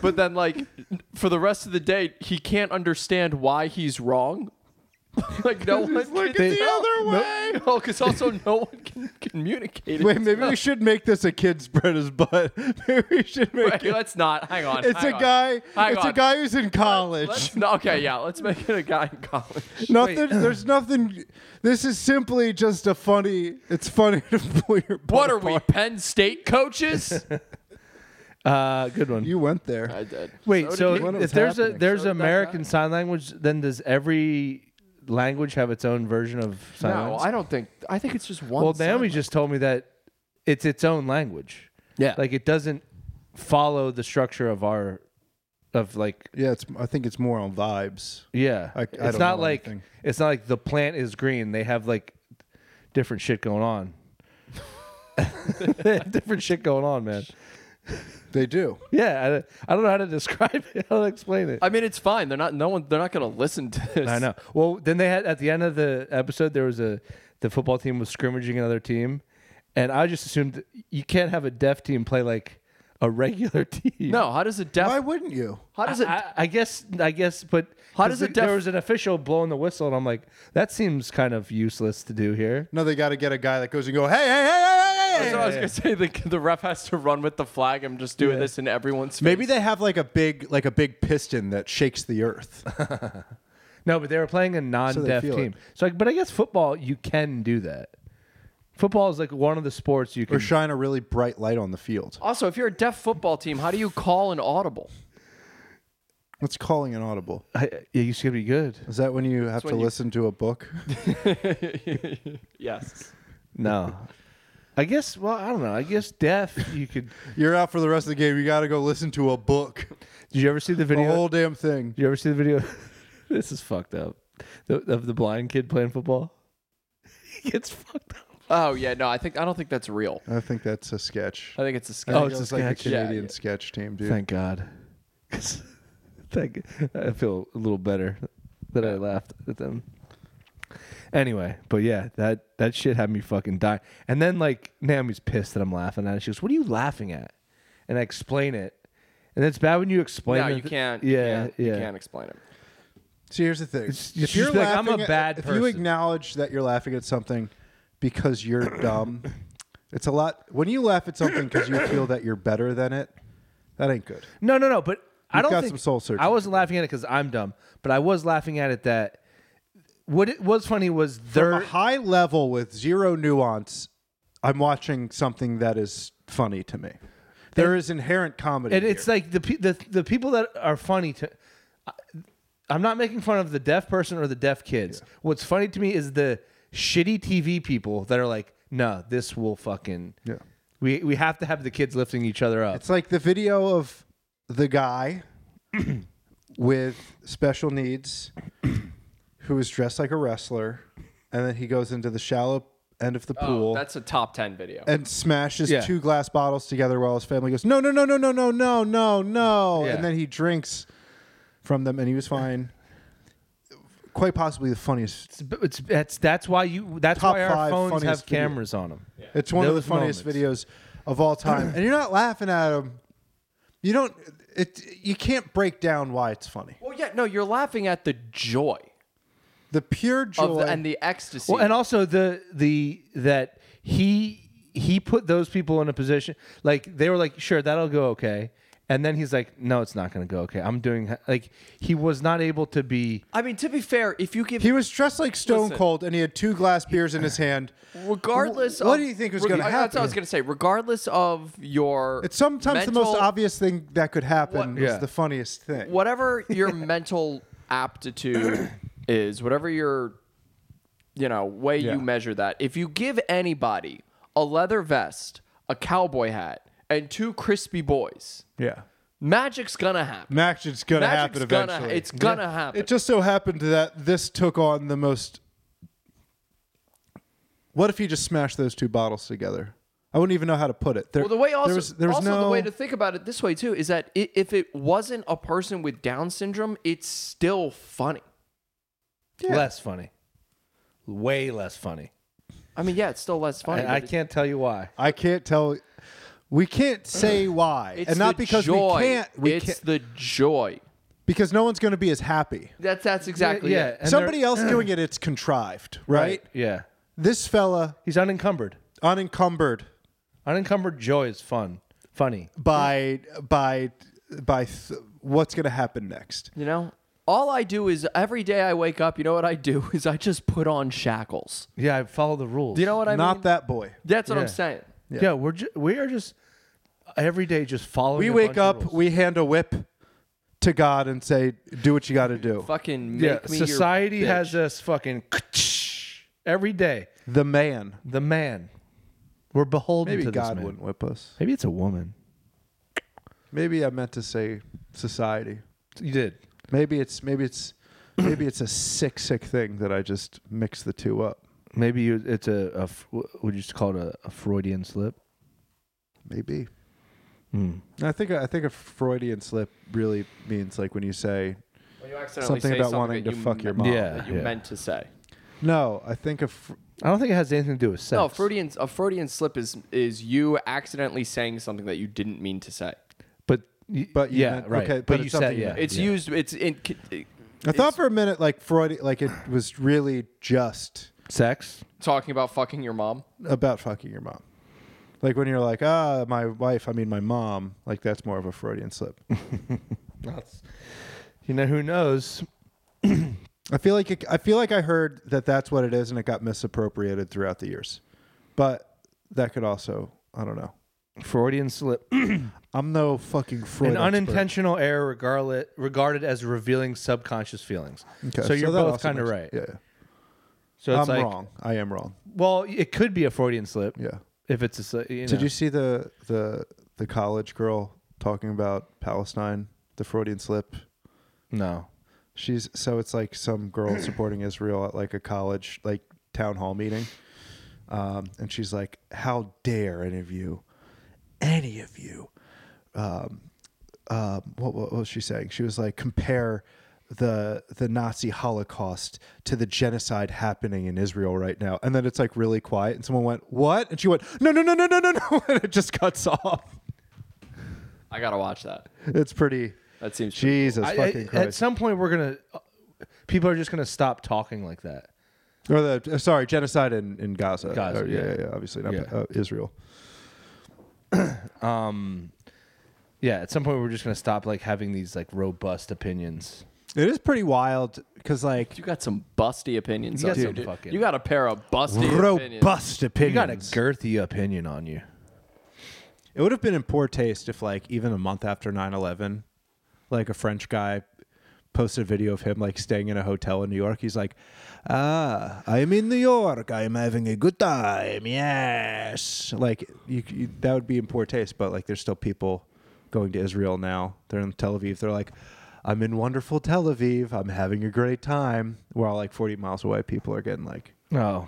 [SPEAKER 2] But then, like, for the rest of the day, he can't understand why he's wrong. like, no one
[SPEAKER 1] Look
[SPEAKER 2] can
[SPEAKER 1] at the
[SPEAKER 2] tell.
[SPEAKER 1] other way.
[SPEAKER 2] Oh, because also no one can communicate. it.
[SPEAKER 1] Wait, maybe we should make this a kid spread his butt. maybe we should make
[SPEAKER 2] Wait,
[SPEAKER 1] it.
[SPEAKER 2] let's not. Hang on.
[SPEAKER 1] It's
[SPEAKER 2] hang
[SPEAKER 1] a
[SPEAKER 2] on.
[SPEAKER 1] guy.
[SPEAKER 2] Hang
[SPEAKER 1] it's
[SPEAKER 2] on.
[SPEAKER 1] a guy who's in college.
[SPEAKER 2] Let's, no, okay, yeah, let's make it a guy in college.
[SPEAKER 1] nothing. There's nothing. This is simply just a funny. It's funny to pull your. Butt
[SPEAKER 2] What are we,
[SPEAKER 1] apart.
[SPEAKER 2] Penn State coaches?
[SPEAKER 3] uh, good one.
[SPEAKER 1] You went there.
[SPEAKER 2] I did.
[SPEAKER 3] Wait,
[SPEAKER 2] did
[SPEAKER 3] so,
[SPEAKER 2] he.
[SPEAKER 1] What was
[SPEAKER 3] if there's
[SPEAKER 1] happening?
[SPEAKER 3] a there's
[SPEAKER 2] So did that
[SPEAKER 3] American
[SPEAKER 2] guy.
[SPEAKER 3] sign language, then does every language have its own version of sign
[SPEAKER 2] no,
[SPEAKER 3] language?
[SPEAKER 2] I don't think. I think it's just one.
[SPEAKER 3] well,
[SPEAKER 2] sign
[SPEAKER 3] Naomi
[SPEAKER 2] language.
[SPEAKER 3] just told me that it's its own language.
[SPEAKER 2] yeah.
[SPEAKER 3] Like it doesn't follow the structure of our of like
[SPEAKER 1] Yeah, it's. I think it's more on vibes.
[SPEAKER 3] yeah.
[SPEAKER 1] I- I
[SPEAKER 3] it's
[SPEAKER 1] don't
[SPEAKER 3] not
[SPEAKER 1] know
[SPEAKER 3] like
[SPEAKER 1] anything.
[SPEAKER 3] it's not like the plant is green. They have like different shit going on. They have different shit going on, man.
[SPEAKER 1] They do.
[SPEAKER 3] Yeah, I, I don't know how to describe it. How to explain it?
[SPEAKER 2] I mean, it's fine. They're not. No one. They're not going to listen to this.
[SPEAKER 3] I know. Well, then they had at the end of the episode there was a the football team was scrimmaging another team, and I just assumed that you can't have a deaf team play like a regular team.
[SPEAKER 2] No. How does it? Def-
[SPEAKER 1] Why wouldn't you?
[SPEAKER 2] how does it?
[SPEAKER 3] I, I- I guess I guess, but
[SPEAKER 2] How
[SPEAKER 3] 'cause
[SPEAKER 2] does
[SPEAKER 3] th-
[SPEAKER 2] a deaf-
[SPEAKER 3] there was an official blowing the whistle, and I'm like, that seems kind of useless to do here.
[SPEAKER 1] No, they got to get a guy that goes and go, hey, hey, hey, hey, hey,
[SPEAKER 2] that's what I
[SPEAKER 1] hey.
[SPEAKER 2] was going to say. The, the ref has to run with the flag. I'm just doing this in everyone's.
[SPEAKER 1] Maybe
[SPEAKER 2] face.
[SPEAKER 1] they have like a big, like a big piston that shakes the earth.
[SPEAKER 3] No, but they were playing a non-deaf
[SPEAKER 1] feel it.
[SPEAKER 3] team. So, like, but I guess football you can do that. Football is like one of the sports you
[SPEAKER 1] or
[SPEAKER 3] can.
[SPEAKER 1] shine a really bright light on the field.
[SPEAKER 2] Also, if you're a deaf football team, how do you call an audible?
[SPEAKER 1] What's calling an audible?
[SPEAKER 3] I, yeah, you should be good.
[SPEAKER 1] Is that when you have to
[SPEAKER 2] when you-
[SPEAKER 1] listen to a book?
[SPEAKER 2] Yes.
[SPEAKER 3] No, I guess. Well, I don't know. I guess deaf you could.
[SPEAKER 1] You're out for the rest of the game. You got to go listen to a book.
[SPEAKER 3] Did you ever see the
[SPEAKER 1] The
[SPEAKER 3] video?
[SPEAKER 1] whole damn thing.
[SPEAKER 3] Did you ever see the video? this is fucked up. The, of the blind kid playing football. He gets fucked up.
[SPEAKER 2] Oh yeah. No, I think I don't think that's real.
[SPEAKER 1] I think that's a sketch.
[SPEAKER 2] I think it's a sketch.
[SPEAKER 3] Oh,
[SPEAKER 1] I think
[SPEAKER 3] it's
[SPEAKER 1] it was
[SPEAKER 3] a
[SPEAKER 1] like
[SPEAKER 3] sketch.
[SPEAKER 1] a
[SPEAKER 2] Yeah,
[SPEAKER 1] Canadian
[SPEAKER 2] yeah.
[SPEAKER 1] sketch team, dude.
[SPEAKER 3] Thank God. 'Cause- Thank. I feel a little better that I laughed at them. Anyway, but yeah, that that shit had me fucking die. And then like Naomi's pissed that I'm laughing at it. She goes, "What are you laughing at?" And I explain it. And it's bad when you explain.
[SPEAKER 2] no,
[SPEAKER 3] it.
[SPEAKER 2] you can't. you
[SPEAKER 3] Yeah,
[SPEAKER 2] can't-
[SPEAKER 3] yeah.
[SPEAKER 2] You can't explain it.
[SPEAKER 1] So here's the thing:
[SPEAKER 3] It's- it's just like, I'm a
[SPEAKER 1] laughing at-
[SPEAKER 3] bad
[SPEAKER 1] if you
[SPEAKER 3] person.
[SPEAKER 1] acknowledge that you're laughing at something because you're dumb, it's a lot. When you laugh at something because you feel that you're better than it, that ain't good.
[SPEAKER 3] No, no, no. But I
[SPEAKER 1] You've
[SPEAKER 3] don't
[SPEAKER 1] got
[SPEAKER 3] think
[SPEAKER 1] some soul searching.
[SPEAKER 3] I wasn't laughing at it because I'm dumb, but I was laughing at it that what it was funny was
[SPEAKER 1] From a
[SPEAKER 3] their
[SPEAKER 1] high level with zero nuance, I'm watching something that is funny to me. There is inherent comedy.
[SPEAKER 3] and it's like the pe- the the people that are funny to. I- I'm not making fun of the deaf person or the deaf kids. What's funny to me is the shitty TV people that are like, no, this will fucking.
[SPEAKER 1] Yeah.
[SPEAKER 3] We we have to have the kids lifting each other up.
[SPEAKER 1] It's like the video of the guy with special needs who is dressed like a wrestler, and then he goes into the shallow end of the pool.
[SPEAKER 2] Oh, that's a top ten video.
[SPEAKER 1] and smashes
[SPEAKER 3] Yeah.
[SPEAKER 1] two glass bottles together while his family goes, No, no, no, no, no, no, no, no, no.
[SPEAKER 3] Yeah.
[SPEAKER 1] And then he drinks from them and he was fine. Quite possibly the funniest.
[SPEAKER 3] It's, it's that's that's why you that's
[SPEAKER 1] Top
[SPEAKER 3] why our
[SPEAKER 1] five
[SPEAKER 3] phones have
[SPEAKER 1] funniest video.
[SPEAKER 3] cameras on them.
[SPEAKER 1] It's one of the
[SPEAKER 3] Those
[SPEAKER 1] funniest videos of all time. and you're not laughing at him. You don't it you can't break down why it's funny.
[SPEAKER 2] well, yeah. No, you're laughing at the joy,
[SPEAKER 1] The pure joy
[SPEAKER 2] of the, and the ecstasy.
[SPEAKER 3] Well, and also the the that he he put those people in a position like they were like, sure, that'll go okay, and then he's like, no, it's not going to go okay. I'm doing like he was not able to be.
[SPEAKER 2] I mean, to be fair, if you give
[SPEAKER 1] he was dressed like Stone
[SPEAKER 2] Listen.
[SPEAKER 1] Cold and he had two glass beers in his hand.
[SPEAKER 2] regardless
[SPEAKER 1] Wh- what
[SPEAKER 2] of,
[SPEAKER 1] do you think was
[SPEAKER 2] reg-
[SPEAKER 1] going to
[SPEAKER 2] I-
[SPEAKER 1] happen?
[SPEAKER 2] That's what I was going to say. Regardless of your.
[SPEAKER 1] It's sometimes the most
[SPEAKER 2] mental-
[SPEAKER 1] obvious thing that could happen
[SPEAKER 2] What-
[SPEAKER 1] is
[SPEAKER 3] Yeah.
[SPEAKER 1] the funniest thing.
[SPEAKER 2] Whatever your mental aptitude is, whatever your, you know, way
[SPEAKER 1] Yeah.
[SPEAKER 2] you measure that, if you give anybody a leather vest, a cowboy hat, and two crispy boys,
[SPEAKER 1] Yeah.
[SPEAKER 2] magic's going to happen.
[SPEAKER 1] Magic's gonna
[SPEAKER 2] Magic's
[SPEAKER 1] happen
[SPEAKER 2] gonna-
[SPEAKER 1] eventually.
[SPEAKER 2] it's gonna happen.
[SPEAKER 1] It just so happened that this took on the most What if you just smashed those two bottles together? I wouldn't even know how to put it. There,
[SPEAKER 2] Well, the way also,
[SPEAKER 1] there was, there was
[SPEAKER 2] also
[SPEAKER 1] no
[SPEAKER 2] the way to think about it this way too is that i if it wasn't a person with Down syndrome, it's still funny.
[SPEAKER 1] Yeah.
[SPEAKER 3] Less funny. Way less funny.
[SPEAKER 2] I mean, yeah, it's still less funny.
[SPEAKER 3] And
[SPEAKER 2] but
[SPEAKER 3] I
[SPEAKER 2] it-
[SPEAKER 3] can't tell you why.
[SPEAKER 1] I can't tell. We can't say why,
[SPEAKER 2] It's
[SPEAKER 1] and not
[SPEAKER 2] the
[SPEAKER 1] because
[SPEAKER 2] joy.
[SPEAKER 1] we can't. We
[SPEAKER 2] it's
[SPEAKER 1] can't
[SPEAKER 2] the joy.
[SPEAKER 1] because no one's going to be as happy.
[SPEAKER 2] That's that's exactly
[SPEAKER 3] yeah.
[SPEAKER 2] it.
[SPEAKER 3] and
[SPEAKER 1] Somebody
[SPEAKER 3] they're-
[SPEAKER 1] else doing it, it's contrived, right?
[SPEAKER 3] Yeah.
[SPEAKER 1] This fella
[SPEAKER 3] He's unencumbered.
[SPEAKER 1] unencumbered
[SPEAKER 3] Unencumbered joy is fun. Funny.
[SPEAKER 1] by by by th- what's going to happen next.
[SPEAKER 2] You know, all I do is every day I wake up. You know what I do is I just put on shackles.
[SPEAKER 3] Yeah, I follow the rules.
[SPEAKER 2] Do you know what I
[SPEAKER 1] not
[SPEAKER 2] mean?
[SPEAKER 1] that boy.
[SPEAKER 2] That's what
[SPEAKER 3] Yeah.
[SPEAKER 2] I'm saying.
[SPEAKER 3] Yeah, we're ju- we are just every day just following.
[SPEAKER 1] We
[SPEAKER 3] a
[SPEAKER 1] wake
[SPEAKER 3] bunch of
[SPEAKER 1] up,
[SPEAKER 3] rules.
[SPEAKER 1] we hand a whip to God and say, "Do what you got to do."
[SPEAKER 2] Fucking make
[SPEAKER 3] yeah,
[SPEAKER 2] me your
[SPEAKER 3] society
[SPEAKER 2] bitch.
[SPEAKER 3] has us fucking every day.
[SPEAKER 1] The man.
[SPEAKER 3] The man, we're beholden
[SPEAKER 1] Maybe
[SPEAKER 3] to this
[SPEAKER 1] God
[SPEAKER 3] man.
[SPEAKER 1] wouldn't whip us.
[SPEAKER 3] Maybe it's a woman.
[SPEAKER 1] Maybe I meant to say society.
[SPEAKER 3] You did.
[SPEAKER 1] Maybe it's maybe it's maybe it's a sick sick thing that I just mix the two up.
[SPEAKER 3] Maybe you, it's a, a f- would you just call it a, a Freudian slip?
[SPEAKER 1] Maybe.
[SPEAKER 3] Hmm.
[SPEAKER 1] I think I think a Freudian slip really means like when you say
[SPEAKER 2] When you accidentally
[SPEAKER 1] Something
[SPEAKER 2] say
[SPEAKER 1] about
[SPEAKER 2] something
[SPEAKER 1] wanting
[SPEAKER 2] that
[SPEAKER 1] to
[SPEAKER 2] you
[SPEAKER 1] fuck your
[SPEAKER 2] meant-
[SPEAKER 1] mom.
[SPEAKER 3] Yeah,
[SPEAKER 2] that you
[SPEAKER 3] yeah.
[SPEAKER 2] meant to say.
[SPEAKER 1] no. I think a fr-
[SPEAKER 3] I don't think it has anything to do with sex.
[SPEAKER 2] No, Freudian a Freudian slip is is you accidentally saying something that you didn't mean to say.
[SPEAKER 3] but y-
[SPEAKER 1] But you
[SPEAKER 3] yeah,
[SPEAKER 1] meant-
[SPEAKER 3] right.
[SPEAKER 1] okay,
[SPEAKER 3] but,
[SPEAKER 1] but
[SPEAKER 3] you
[SPEAKER 1] it's
[SPEAKER 3] said
[SPEAKER 1] something you
[SPEAKER 3] yeah.
[SPEAKER 1] meant.
[SPEAKER 2] It's
[SPEAKER 3] yeah.
[SPEAKER 2] used. It's in. it-
[SPEAKER 1] I thought
[SPEAKER 2] it's
[SPEAKER 1] for a minute like Freud like it was really just
[SPEAKER 3] sex.
[SPEAKER 2] talking about fucking your mom.
[SPEAKER 1] about fucking your mom. Like when you're like ah my wife I mean my mom like that's more of a Freudian slip.
[SPEAKER 3] You know who knows?
[SPEAKER 1] I feel like it, I feel like I heard that that's what it is and it got misappropriated throughout the years. But that could also I don't know.
[SPEAKER 3] Freudian slip.
[SPEAKER 1] I'm no fucking Freud.
[SPEAKER 3] an
[SPEAKER 1] expert.
[SPEAKER 3] unintentional error regardless, regarded as revealing subconscious feelings.
[SPEAKER 1] Okay,
[SPEAKER 3] So you're
[SPEAKER 1] that
[SPEAKER 3] both
[SPEAKER 1] also
[SPEAKER 3] kind of
[SPEAKER 1] makes-
[SPEAKER 3] right.
[SPEAKER 1] Yeah, yeah.
[SPEAKER 3] So it's
[SPEAKER 1] I'm
[SPEAKER 3] like,
[SPEAKER 1] wrong. I am wrong.
[SPEAKER 3] well, it could be a Freudian slip
[SPEAKER 1] Yeah.
[SPEAKER 3] if it's a. sli- You know.
[SPEAKER 1] Did you see the the the college girl talking about Palestine, the Freudian slip?
[SPEAKER 3] No.
[SPEAKER 1] She's so it's like some girl supporting Israel at like a college like town hall meeting, um, and she's like, "How dare any of you, any of you?" Um, um, what, what was she saying? She was like, "Compare the the Nazi Holocaust to the genocide happening in Israel right now," and then it's like really quiet, and someone went, "What?" and she went, "No, no, no, no, no, no, no," and it just cuts off.
[SPEAKER 2] I gotta watch that.
[SPEAKER 1] It's pretty.
[SPEAKER 2] That seems.
[SPEAKER 1] Jesus
[SPEAKER 3] I- I-
[SPEAKER 1] fucking
[SPEAKER 3] at
[SPEAKER 1] Christ!
[SPEAKER 3] some point, we're gonna. uh, People are just gonna stop talking like that.
[SPEAKER 1] Or the uh, sorry, genocide in in Gaza.
[SPEAKER 3] Gaza,
[SPEAKER 1] Or- yeah,
[SPEAKER 3] yeah.
[SPEAKER 1] yeah, yeah, obviously not
[SPEAKER 3] Yeah.
[SPEAKER 1] uh, Israel.
[SPEAKER 3] Yeah. At some point, we're just gonna stop like having these like robust opinions.
[SPEAKER 1] It is pretty wild because like
[SPEAKER 2] You got some busty opinions.
[SPEAKER 3] You got
[SPEAKER 2] on you,
[SPEAKER 3] some
[SPEAKER 2] dude.
[SPEAKER 3] fucking-
[SPEAKER 2] You got a pair of busty opinions.
[SPEAKER 1] robust
[SPEAKER 3] You got a
[SPEAKER 1] opinions.
[SPEAKER 3] girthy opinion on you.
[SPEAKER 1] it would have been in poor taste if like even a month after 9-11, like a French guy posted a video of him like staying in a hotel in New York. He's like, ah, I'm in New York. I'm having a good time. Yes. Like you, you, that would be in poor taste, but like there's still people going to Israel now. They're in Tel Aviv. They're like, I'm in wonderful Tel Aviv. I'm having a great time. While like 40 miles away, people are getting like,
[SPEAKER 3] No,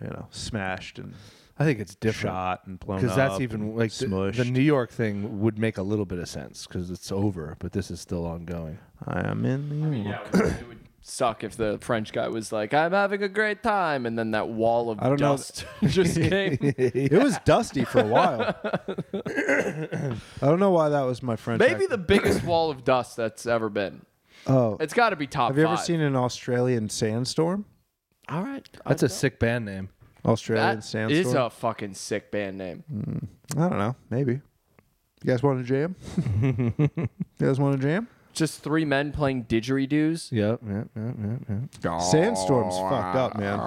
[SPEAKER 1] you know, smashed and
[SPEAKER 3] I think it's different.
[SPEAKER 1] shot and blown
[SPEAKER 3] because that's
[SPEAKER 1] up
[SPEAKER 3] even
[SPEAKER 1] and
[SPEAKER 3] like the,
[SPEAKER 1] smushed.
[SPEAKER 3] the New York thing would make a little bit of sense because it's over, but this is still ongoing.
[SPEAKER 1] I am in New York.
[SPEAKER 2] Yeah, it would- it would suck if the French guy was like, "I'm having a great time," and then that wall of
[SPEAKER 1] I don't know.
[SPEAKER 2] dust just came.
[SPEAKER 1] It was dusty for a while. I don't know why that was my French.
[SPEAKER 2] Maybe
[SPEAKER 1] accent.
[SPEAKER 2] the biggest wall of dust that's ever been.
[SPEAKER 1] oh,
[SPEAKER 2] It's got to be top.
[SPEAKER 1] have you ever
[SPEAKER 2] five.
[SPEAKER 1] seen an Australian sandstorm?
[SPEAKER 2] All right,
[SPEAKER 3] That's a sick band name.
[SPEAKER 1] Australian
[SPEAKER 2] that
[SPEAKER 1] sandstorm.
[SPEAKER 2] is a fucking sick band name.
[SPEAKER 1] I don't know. Maybe. You guys want to jam? you guys want to jam?
[SPEAKER 2] Just three men playing didgeridoos.
[SPEAKER 3] Yep, yep, yep, yep, yep.
[SPEAKER 1] Sandstorms
[SPEAKER 2] Oh.
[SPEAKER 1] fucked up, man.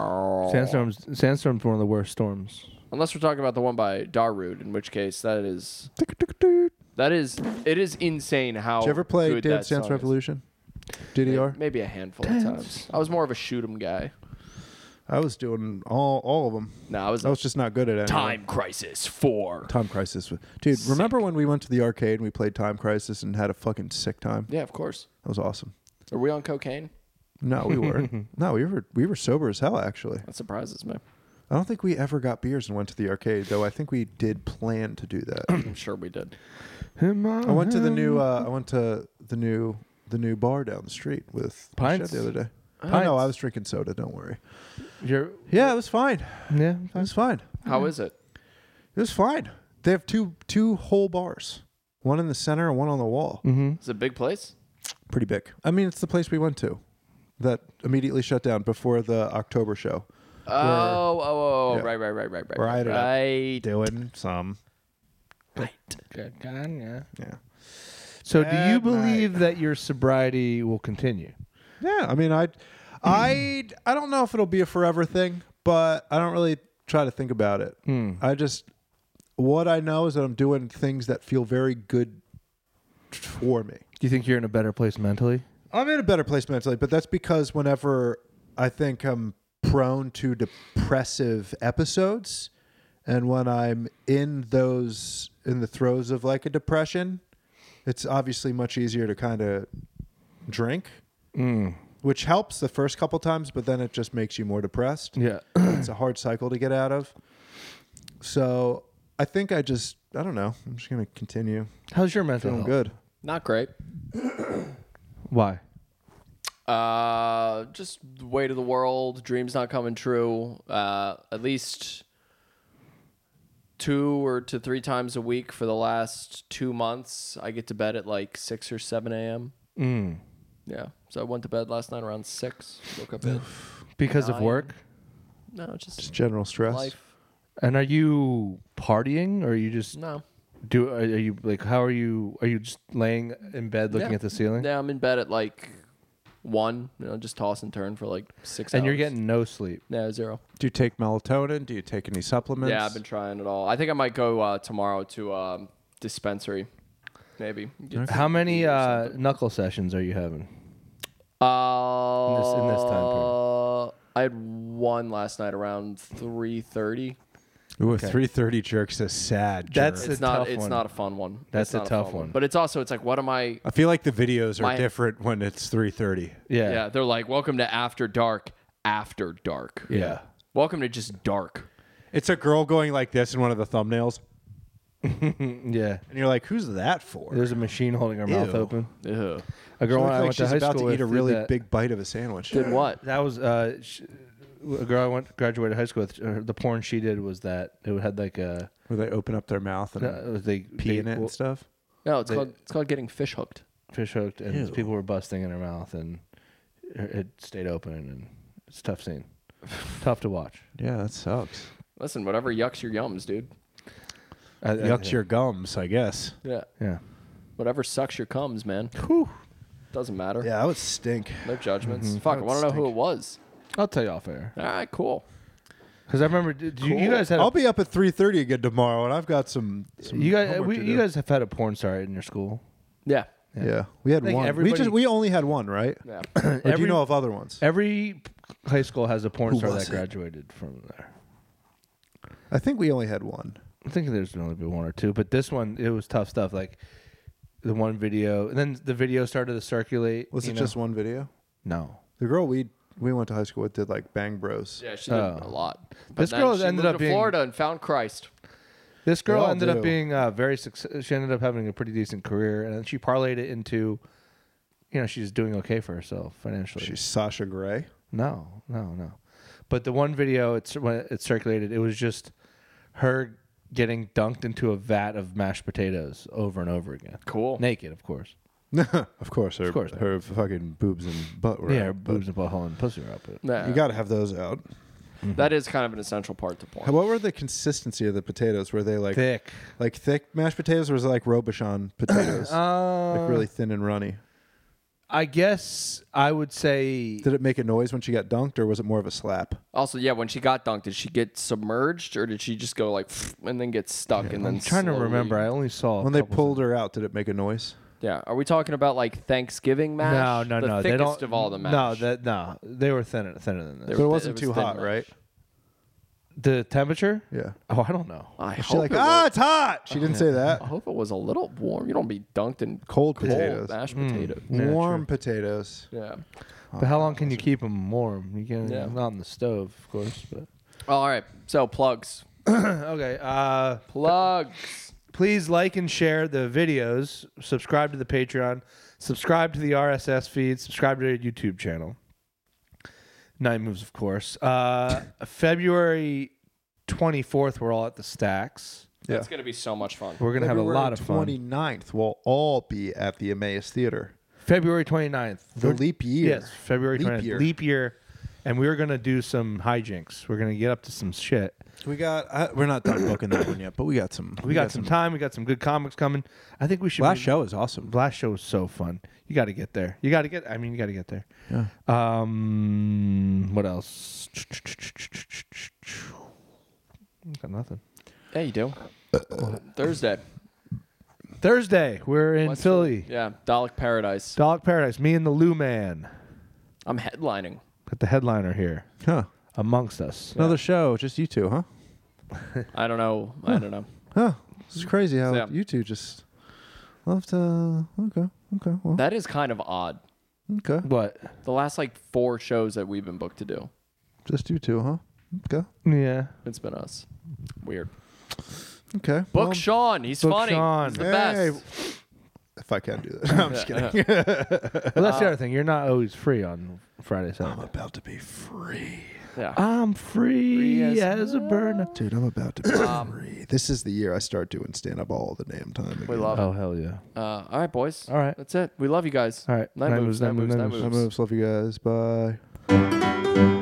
[SPEAKER 3] Sandstorms, sandstorms, one of the worst storms.
[SPEAKER 2] Unless we're talking about the one by Darude, in which case that is that is it is insane how.
[SPEAKER 1] Did you ever play
[SPEAKER 2] Oh, good that
[SPEAKER 1] Dance Dance
[SPEAKER 2] song is.
[SPEAKER 1] Revolution?
[SPEAKER 2] May-
[SPEAKER 1] DDR.
[SPEAKER 2] Maybe a handful of times. I was more of a shoot 'em guy.
[SPEAKER 1] I was doing all all of them.
[SPEAKER 2] No, I was
[SPEAKER 1] I was just not good at it.
[SPEAKER 2] Time Crisis Four.
[SPEAKER 1] Time Crisis. was- Dude, remember when we went to the arcade and we played Time Crisis and had a fucking sick time?
[SPEAKER 2] Yeah, of course.
[SPEAKER 1] That was awesome.
[SPEAKER 2] Are we on cocaine?
[SPEAKER 1] No, we weren't. no, we were we were sober as hell actually.
[SPEAKER 2] That surprises me.
[SPEAKER 1] I don't think we ever got beers and went to the arcade, though. I think we did plan to do that.
[SPEAKER 2] I'm sure we did.
[SPEAKER 1] I went to the new. Uh, I went to the new the new bar down the street with
[SPEAKER 3] Pints?
[SPEAKER 1] Chef the other day. I know
[SPEAKER 3] Pints?
[SPEAKER 1] I was drinking soda. Don't worry.
[SPEAKER 3] You're,
[SPEAKER 1] Yeah, it was fine.
[SPEAKER 3] yeah.
[SPEAKER 1] It was fine.
[SPEAKER 2] How is it?
[SPEAKER 1] It was fine. They have two two whole bars, one in the center and one on the wall.
[SPEAKER 3] Mm-hmm.
[SPEAKER 2] Is it a big place?
[SPEAKER 1] Pretty big. I mean, it's the place we went to that immediately shut down before the October show.
[SPEAKER 2] Oh, oh, oh, oh,
[SPEAKER 1] Yeah.
[SPEAKER 2] right, right, right, right, right.
[SPEAKER 1] We're
[SPEAKER 2] Right.
[SPEAKER 1] item.
[SPEAKER 2] Right.
[SPEAKER 1] Doing some.
[SPEAKER 2] right.
[SPEAKER 3] Good God, yeah.
[SPEAKER 1] Yeah.
[SPEAKER 3] So, do you
[SPEAKER 1] At
[SPEAKER 3] believe that your sobriety will continue?
[SPEAKER 1] Yeah. I mean, I, Hmm. I, I don't know if it'll be a forever thing, but I don't really try to think about it. I just, what I know is that I'm doing things that feel very good for me.
[SPEAKER 3] Do you think you're in a better place mentally?
[SPEAKER 1] I'm in a better place mentally, but that's because whenever I think I'm prone to depressive episodes, and when I'm in those in the throes of like a depression, it's obviously much easier to kind of drink, which helps the first couple times, but then it just makes you more depressed
[SPEAKER 3] Yeah.
[SPEAKER 1] it's a hard cycle to get out of. So I think I just I don't know. I'm just gonna continue
[SPEAKER 3] How's your mental
[SPEAKER 1] feeling
[SPEAKER 3] health?
[SPEAKER 1] good.
[SPEAKER 2] Not great.
[SPEAKER 3] Why?
[SPEAKER 2] Uh, just the weight of the world, dreams not coming true. Uh, at least two or to three times a week for the last two months, I get to bed at like six or seven a.m.
[SPEAKER 3] Mm.
[SPEAKER 2] Yeah, so I went to bed last night around six. Woke up at
[SPEAKER 3] Because of
[SPEAKER 2] Nine.
[SPEAKER 3] work?
[SPEAKER 2] no,
[SPEAKER 1] Just
[SPEAKER 2] just
[SPEAKER 1] general stress.
[SPEAKER 2] life.
[SPEAKER 3] And are you partying or are you just
[SPEAKER 2] No,
[SPEAKER 3] do are are you like how are you are you just laying in bed looking
[SPEAKER 2] Yeah.
[SPEAKER 3] at the ceiling?
[SPEAKER 2] yeah, I'm in bed at like one. You know, just toss and turn for like six.
[SPEAKER 3] And you're
[SPEAKER 2] hours.
[SPEAKER 3] getting no sleep.
[SPEAKER 2] no zero.
[SPEAKER 1] Do you take melatonin? Do you take any supplements?
[SPEAKER 2] Yeah, I've been trying it all. I think I might go uh, tomorrow to um, dispensary, maybe. Get
[SPEAKER 3] How many
[SPEAKER 2] or
[SPEAKER 3] uh, knuckle sessions are you having?
[SPEAKER 2] Uh,
[SPEAKER 3] this- in this time
[SPEAKER 2] I had one last night around three thirty.
[SPEAKER 1] Ooh, a 330 jerk's a sad jerk.
[SPEAKER 3] That's
[SPEAKER 2] It's
[SPEAKER 3] a
[SPEAKER 2] not.
[SPEAKER 3] tough
[SPEAKER 2] It's
[SPEAKER 3] one.
[SPEAKER 2] not a fun one.
[SPEAKER 3] That's
[SPEAKER 2] It's
[SPEAKER 3] a
[SPEAKER 2] not
[SPEAKER 3] tough
[SPEAKER 2] fun
[SPEAKER 3] one.
[SPEAKER 2] But it's also. It's like, what am I?
[SPEAKER 1] I feel like the videos are
[SPEAKER 2] My-
[SPEAKER 1] different when it's 330.
[SPEAKER 3] Yeah.
[SPEAKER 2] Yeah, they're like, welcome to after dark. After dark.
[SPEAKER 3] Yeah.
[SPEAKER 2] Welcome to just dark.
[SPEAKER 1] It's a girl going like this in one of the thumbnails,
[SPEAKER 3] Yeah.
[SPEAKER 1] and you're like, "Who's that for?"
[SPEAKER 3] There's a machine holding her mouth
[SPEAKER 1] Ew.
[SPEAKER 3] open.
[SPEAKER 2] Ugh.
[SPEAKER 3] A
[SPEAKER 1] She
[SPEAKER 3] girl
[SPEAKER 1] looks
[SPEAKER 3] I
[SPEAKER 1] like
[SPEAKER 3] went to
[SPEAKER 1] she's
[SPEAKER 3] high
[SPEAKER 1] about
[SPEAKER 3] school
[SPEAKER 1] to
[SPEAKER 3] with
[SPEAKER 1] eat a
[SPEAKER 3] did
[SPEAKER 1] really
[SPEAKER 3] that.
[SPEAKER 1] big bite of a sandwich.
[SPEAKER 2] Did what?
[SPEAKER 3] That was uh, sh a girl I went graduated high school with. uh, The porn she did was that it had like a
[SPEAKER 1] Where they open up their mouth and
[SPEAKER 3] uh, they
[SPEAKER 1] pee
[SPEAKER 3] they-
[SPEAKER 1] in it
[SPEAKER 3] well,
[SPEAKER 1] and stuff.
[SPEAKER 2] No, it's
[SPEAKER 3] They-
[SPEAKER 2] called. It's called getting fish hooked.
[SPEAKER 3] fish hooked, and
[SPEAKER 1] Ew.
[SPEAKER 3] people were busting in her mouth, and it it stayed open, and it's a tough scene, tough to watch.
[SPEAKER 1] Yeah, that sucks.
[SPEAKER 2] Listen, whatever yucks your yums, dude.
[SPEAKER 3] I- I-
[SPEAKER 1] Yucks your gums, I guess.
[SPEAKER 2] Yeah.
[SPEAKER 3] yeah.
[SPEAKER 2] Whatever sucks your cums, man. Doesn't matter.
[SPEAKER 1] Yeah, that would stink.
[SPEAKER 2] No judgments.
[SPEAKER 3] Mm-hmm.
[SPEAKER 2] Fuck, I
[SPEAKER 1] That
[SPEAKER 2] want to know who
[SPEAKER 1] stink.
[SPEAKER 2] it was.
[SPEAKER 3] I'll tell you off air
[SPEAKER 2] All right, cool.
[SPEAKER 3] because I remember did you, you
[SPEAKER 2] Cool.
[SPEAKER 3] guys had a-
[SPEAKER 1] I'll be up at 3:30 again tomorrow, and I've got some. some
[SPEAKER 3] you guys
[SPEAKER 1] homework
[SPEAKER 3] we,
[SPEAKER 1] to
[SPEAKER 3] you
[SPEAKER 1] do.
[SPEAKER 3] guys have had a porn star in your school.
[SPEAKER 2] Yeah.
[SPEAKER 1] Yeah. we had
[SPEAKER 3] I think
[SPEAKER 1] one. We
[SPEAKER 3] everybody-
[SPEAKER 1] just we only had one, right?
[SPEAKER 2] Yeah.
[SPEAKER 1] Or do
[SPEAKER 3] Every-
[SPEAKER 1] you know of other ones?
[SPEAKER 3] Every high school has a porn
[SPEAKER 1] Who
[SPEAKER 3] star
[SPEAKER 1] was
[SPEAKER 3] that
[SPEAKER 1] it?
[SPEAKER 3] graduated from there.
[SPEAKER 1] I think we only had one.
[SPEAKER 3] I think there's only been one or two, but this one it was tough stuff. Like the one video, and then the video started to circulate.
[SPEAKER 1] Was
[SPEAKER 3] you
[SPEAKER 1] it
[SPEAKER 3] know?
[SPEAKER 1] just one video?
[SPEAKER 3] no?
[SPEAKER 1] The girl we we went to high school with did like Bang Bros.
[SPEAKER 2] Yeah, she did
[SPEAKER 3] Oh.
[SPEAKER 2] a lot.
[SPEAKER 3] This
[SPEAKER 2] then
[SPEAKER 3] girl
[SPEAKER 2] she
[SPEAKER 3] ended
[SPEAKER 2] moved
[SPEAKER 3] up
[SPEAKER 2] to
[SPEAKER 3] being-
[SPEAKER 2] Florida and found Christ.
[SPEAKER 3] This girl
[SPEAKER 1] all
[SPEAKER 3] ended up
[SPEAKER 1] do.
[SPEAKER 3] being uh, very successful. She ended up having a pretty decent career, and then she parlayed it into, you know, she's doing okay for herself financially.
[SPEAKER 1] She's Sasha Grey.
[SPEAKER 3] No, no, no. But the one video it's when it circulated, it was just her getting dunked into a vat of mashed potatoes over and over again,
[SPEAKER 2] Cool.
[SPEAKER 3] naked, of course.
[SPEAKER 1] of course, her,
[SPEAKER 3] course.
[SPEAKER 1] her fucking boobs and butt were.
[SPEAKER 3] Yeah, her
[SPEAKER 1] out, but
[SPEAKER 3] boobs and butthole and pussy were up. But
[SPEAKER 2] Yeah.
[SPEAKER 1] You got to have those out.
[SPEAKER 2] that is kind of an essential part to porn.
[SPEAKER 1] What were the consistency of the potatoes? Were they like
[SPEAKER 3] thick,
[SPEAKER 1] like thick mashed potatoes, or was it like Robichon potatoes,
[SPEAKER 3] uh,
[SPEAKER 1] like really thin and runny?
[SPEAKER 3] I guess I would say
[SPEAKER 1] Did it make a noise when she got dunked, or was it more of a slap?
[SPEAKER 2] Also, yeah, when she got dunked, did she get submerged or did she just go like and then get stuck and then
[SPEAKER 3] I'm trying to
[SPEAKER 2] slowly-
[SPEAKER 3] remember. I only saw a
[SPEAKER 1] When they
[SPEAKER 3] couple
[SPEAKER 1] pulled her out, did it make a noise?
[SPEAKER 2] Yeah. Are we talking about like Thanksgiving mash?
[SPEAKER 3] No, no,
[SPEAKER 2] the
[SPEAKER 3] no.
[SPEAKER 2] Thickest
[SPEAKER 3] they don't,
[SPEAKER 2] of all the mash.
[SPEAKER 3] No, that no. They were thinner, thinner
[SPEAKER 2] They
[SPEAKER 3] than this.
[SPEAKER 1] But it
[SPEAKER 2] were-
[SPEAKER 1] wasn't
[SPEAKER 2] was
[SPEAKER 1] too
[SPEAKER 2] thin
[SPEAKER 1] hot,
[SPEAKER 2] mash.
[SPEAKER 1] right?
[SPEAKER 3] The temperature?
[SPEAKER 1] Yeah.
[SPEAKER 3] Oh, I don't know.
[SPEAKER 2] I
[SPEAKER 1] She's
[SPEAKER 2] hope,
[SPEAKER 1] like,
[SPEAKER 2] it
[SPEAKER 1] ah,
[SPEAKER 2] was,
[SPEAKER 1] it's hot. She didn't say
[SPEAKER 3] "Ah!"
[SPEAKER 1] that.
[SPEAKER 2] I hope it was a little warm. You don't be dunked in
[SPEAKER 1] Cold
[SPEAKER 2] cold
[SPEAKER 1] potatoes.
[SPEAKER 2] mashed
[SPEAKER 3] Hmm.
[SPEAKER 2] potatoes.
[SPEAKER 3] Yeah, true.
[SPEAKER 1] Warm potatoes.
[SPEAKER 2] Yeah.
[SPEAKER 3] But how long can you keep them warm? You can
[SPEAKER 2] Yeah.
[SPEAKER 3] not on the stove, of course. But
[SPEAKER 2] Oh, all right. So plugs.
[SPEAKER 3] okay. Uh,
[SPEAKER 2] Plugs.
[SPEAKER 3] please like and share the videos. Subscribe to the Patreon. Subscribe to the RSS feed. Subscribe to our YouTube channel. Night moves, of course. Uh, February twenty fourth, we're all at the Stacks.
[SPEAKER 2] That's gonna be so much fun.
[SPEAKER 3] We're gonna have a lot of fun.
[SPEAKER 1] 29th, we'll all be at the Emmaus Theater.
[SPEAKER 3] February 29th.
[SPEAKER 1] The leap year.
[SPEAKER 3] Yes, February
[SPEAKER 1] Leap
[SPEAKER 3] 29th.
[SPEAKER 1] year.
[SPEAKER 3] Leap year. And we're going to do some hijinks. We're going to get up to some shit.
[SPEAKER 1] We got. Uh, we're not done booking that one yet, but we got some.
[SPEAKER 3] We, got, some time. We got some good comics coming. I think we should.
[SPEAKER 4] Last
[SPEAKER 3] be-
[SPEAKER 4] show is awesome.
[SPEAKER 3] Last show was so fun. You got to get there. You got to get. I mean, you got to get there. Um, what else? Got nothing.
[SPEAKER 2] Yeah, you do. Thursday.
[SPEAKER 3] Thursday, we're in
[SPEAKER 2] What's
[SPEAKER 3] Philly,
[SPEAKER 2] Yeah, Dalek Paradise.
[SPEAKER 3] Dog Paradise. Me and the Lou Man,
[SPEAKER 2] I'm headlining.
[SPEAKER 3] got the headliner here
[SPEAKER 4] Huh.
[SPEAKER 3] amongst us.
[SPEAKER 4] Another show, just you two, huh?
[SPEAKER 2] I don't know. I don't know.
[SPEAKER 1] Huh.
[SPEAKER 3] Mm-hmm.
[SPEAKER 1] It's crazy how
[SPEAKER 2] Yeah.
[SPEAKER 1] you two just love to. Okay. Okay. Well.
[SPEAKER 2] That is kind of odd.
[SPEAKER 1] Okay.
[SPEAKER 3] What?
[SPEAKER 2] The last like four shows that we've been booked to do,
[SPEAKER 1] Just you two, huh? Okay.
[SPEAKER 3] Yeah.
[SPEAKER 2] it's been us. Weird.
[SPEAKER 1] Okay.
[SPEAKER 2] Book
[SPEAKER 1] Well,
[SPEAKER 2] Sean. He's
[SPEAKER 3] book
[SPEAKER 2] funny.
[SPEAKER 3] Sean.
[SPEAKER 2] He's the
[SPEAKER 1] Hey.
[SPEAKER 2] best.
[SPEAKER 1] if I can do that, I'm just kidding.
[SPEAKER 3] Well,
[SPEAKER 2] Uh,
[SPEAKER 3] that's the other thing. You're not always free on Friday, Saturday.
[SPEAKER 1] I'm about to be free,
[SPEAKER 2] Yeah.
[SPEAKER 3] I'm free,
[SPEAKER 2] as-
[SPEAKER 3] as a bird.
[SPEAKER 1] dude. I'm about to be
[SPEAKER 3] Um,
[SPEAKER 1] free. This is the year I start doing stand up all the damn time. Again.
[SPEAKER 2] We love it.
[SPEAKER 3] Oh hell yeah!
[SPEAKER 2] Uh, all right, boys.
[SPEAKER 3] All right.
[SPEAKER 2] That's it. We love you guys.
[SPEAKER 3] All right.
[SPEAKER 2] Night, moves, night moves, night moves.
[SPEAKER 1] I moves. Love you guys. Bye.
[SPEAKER 4] Bye.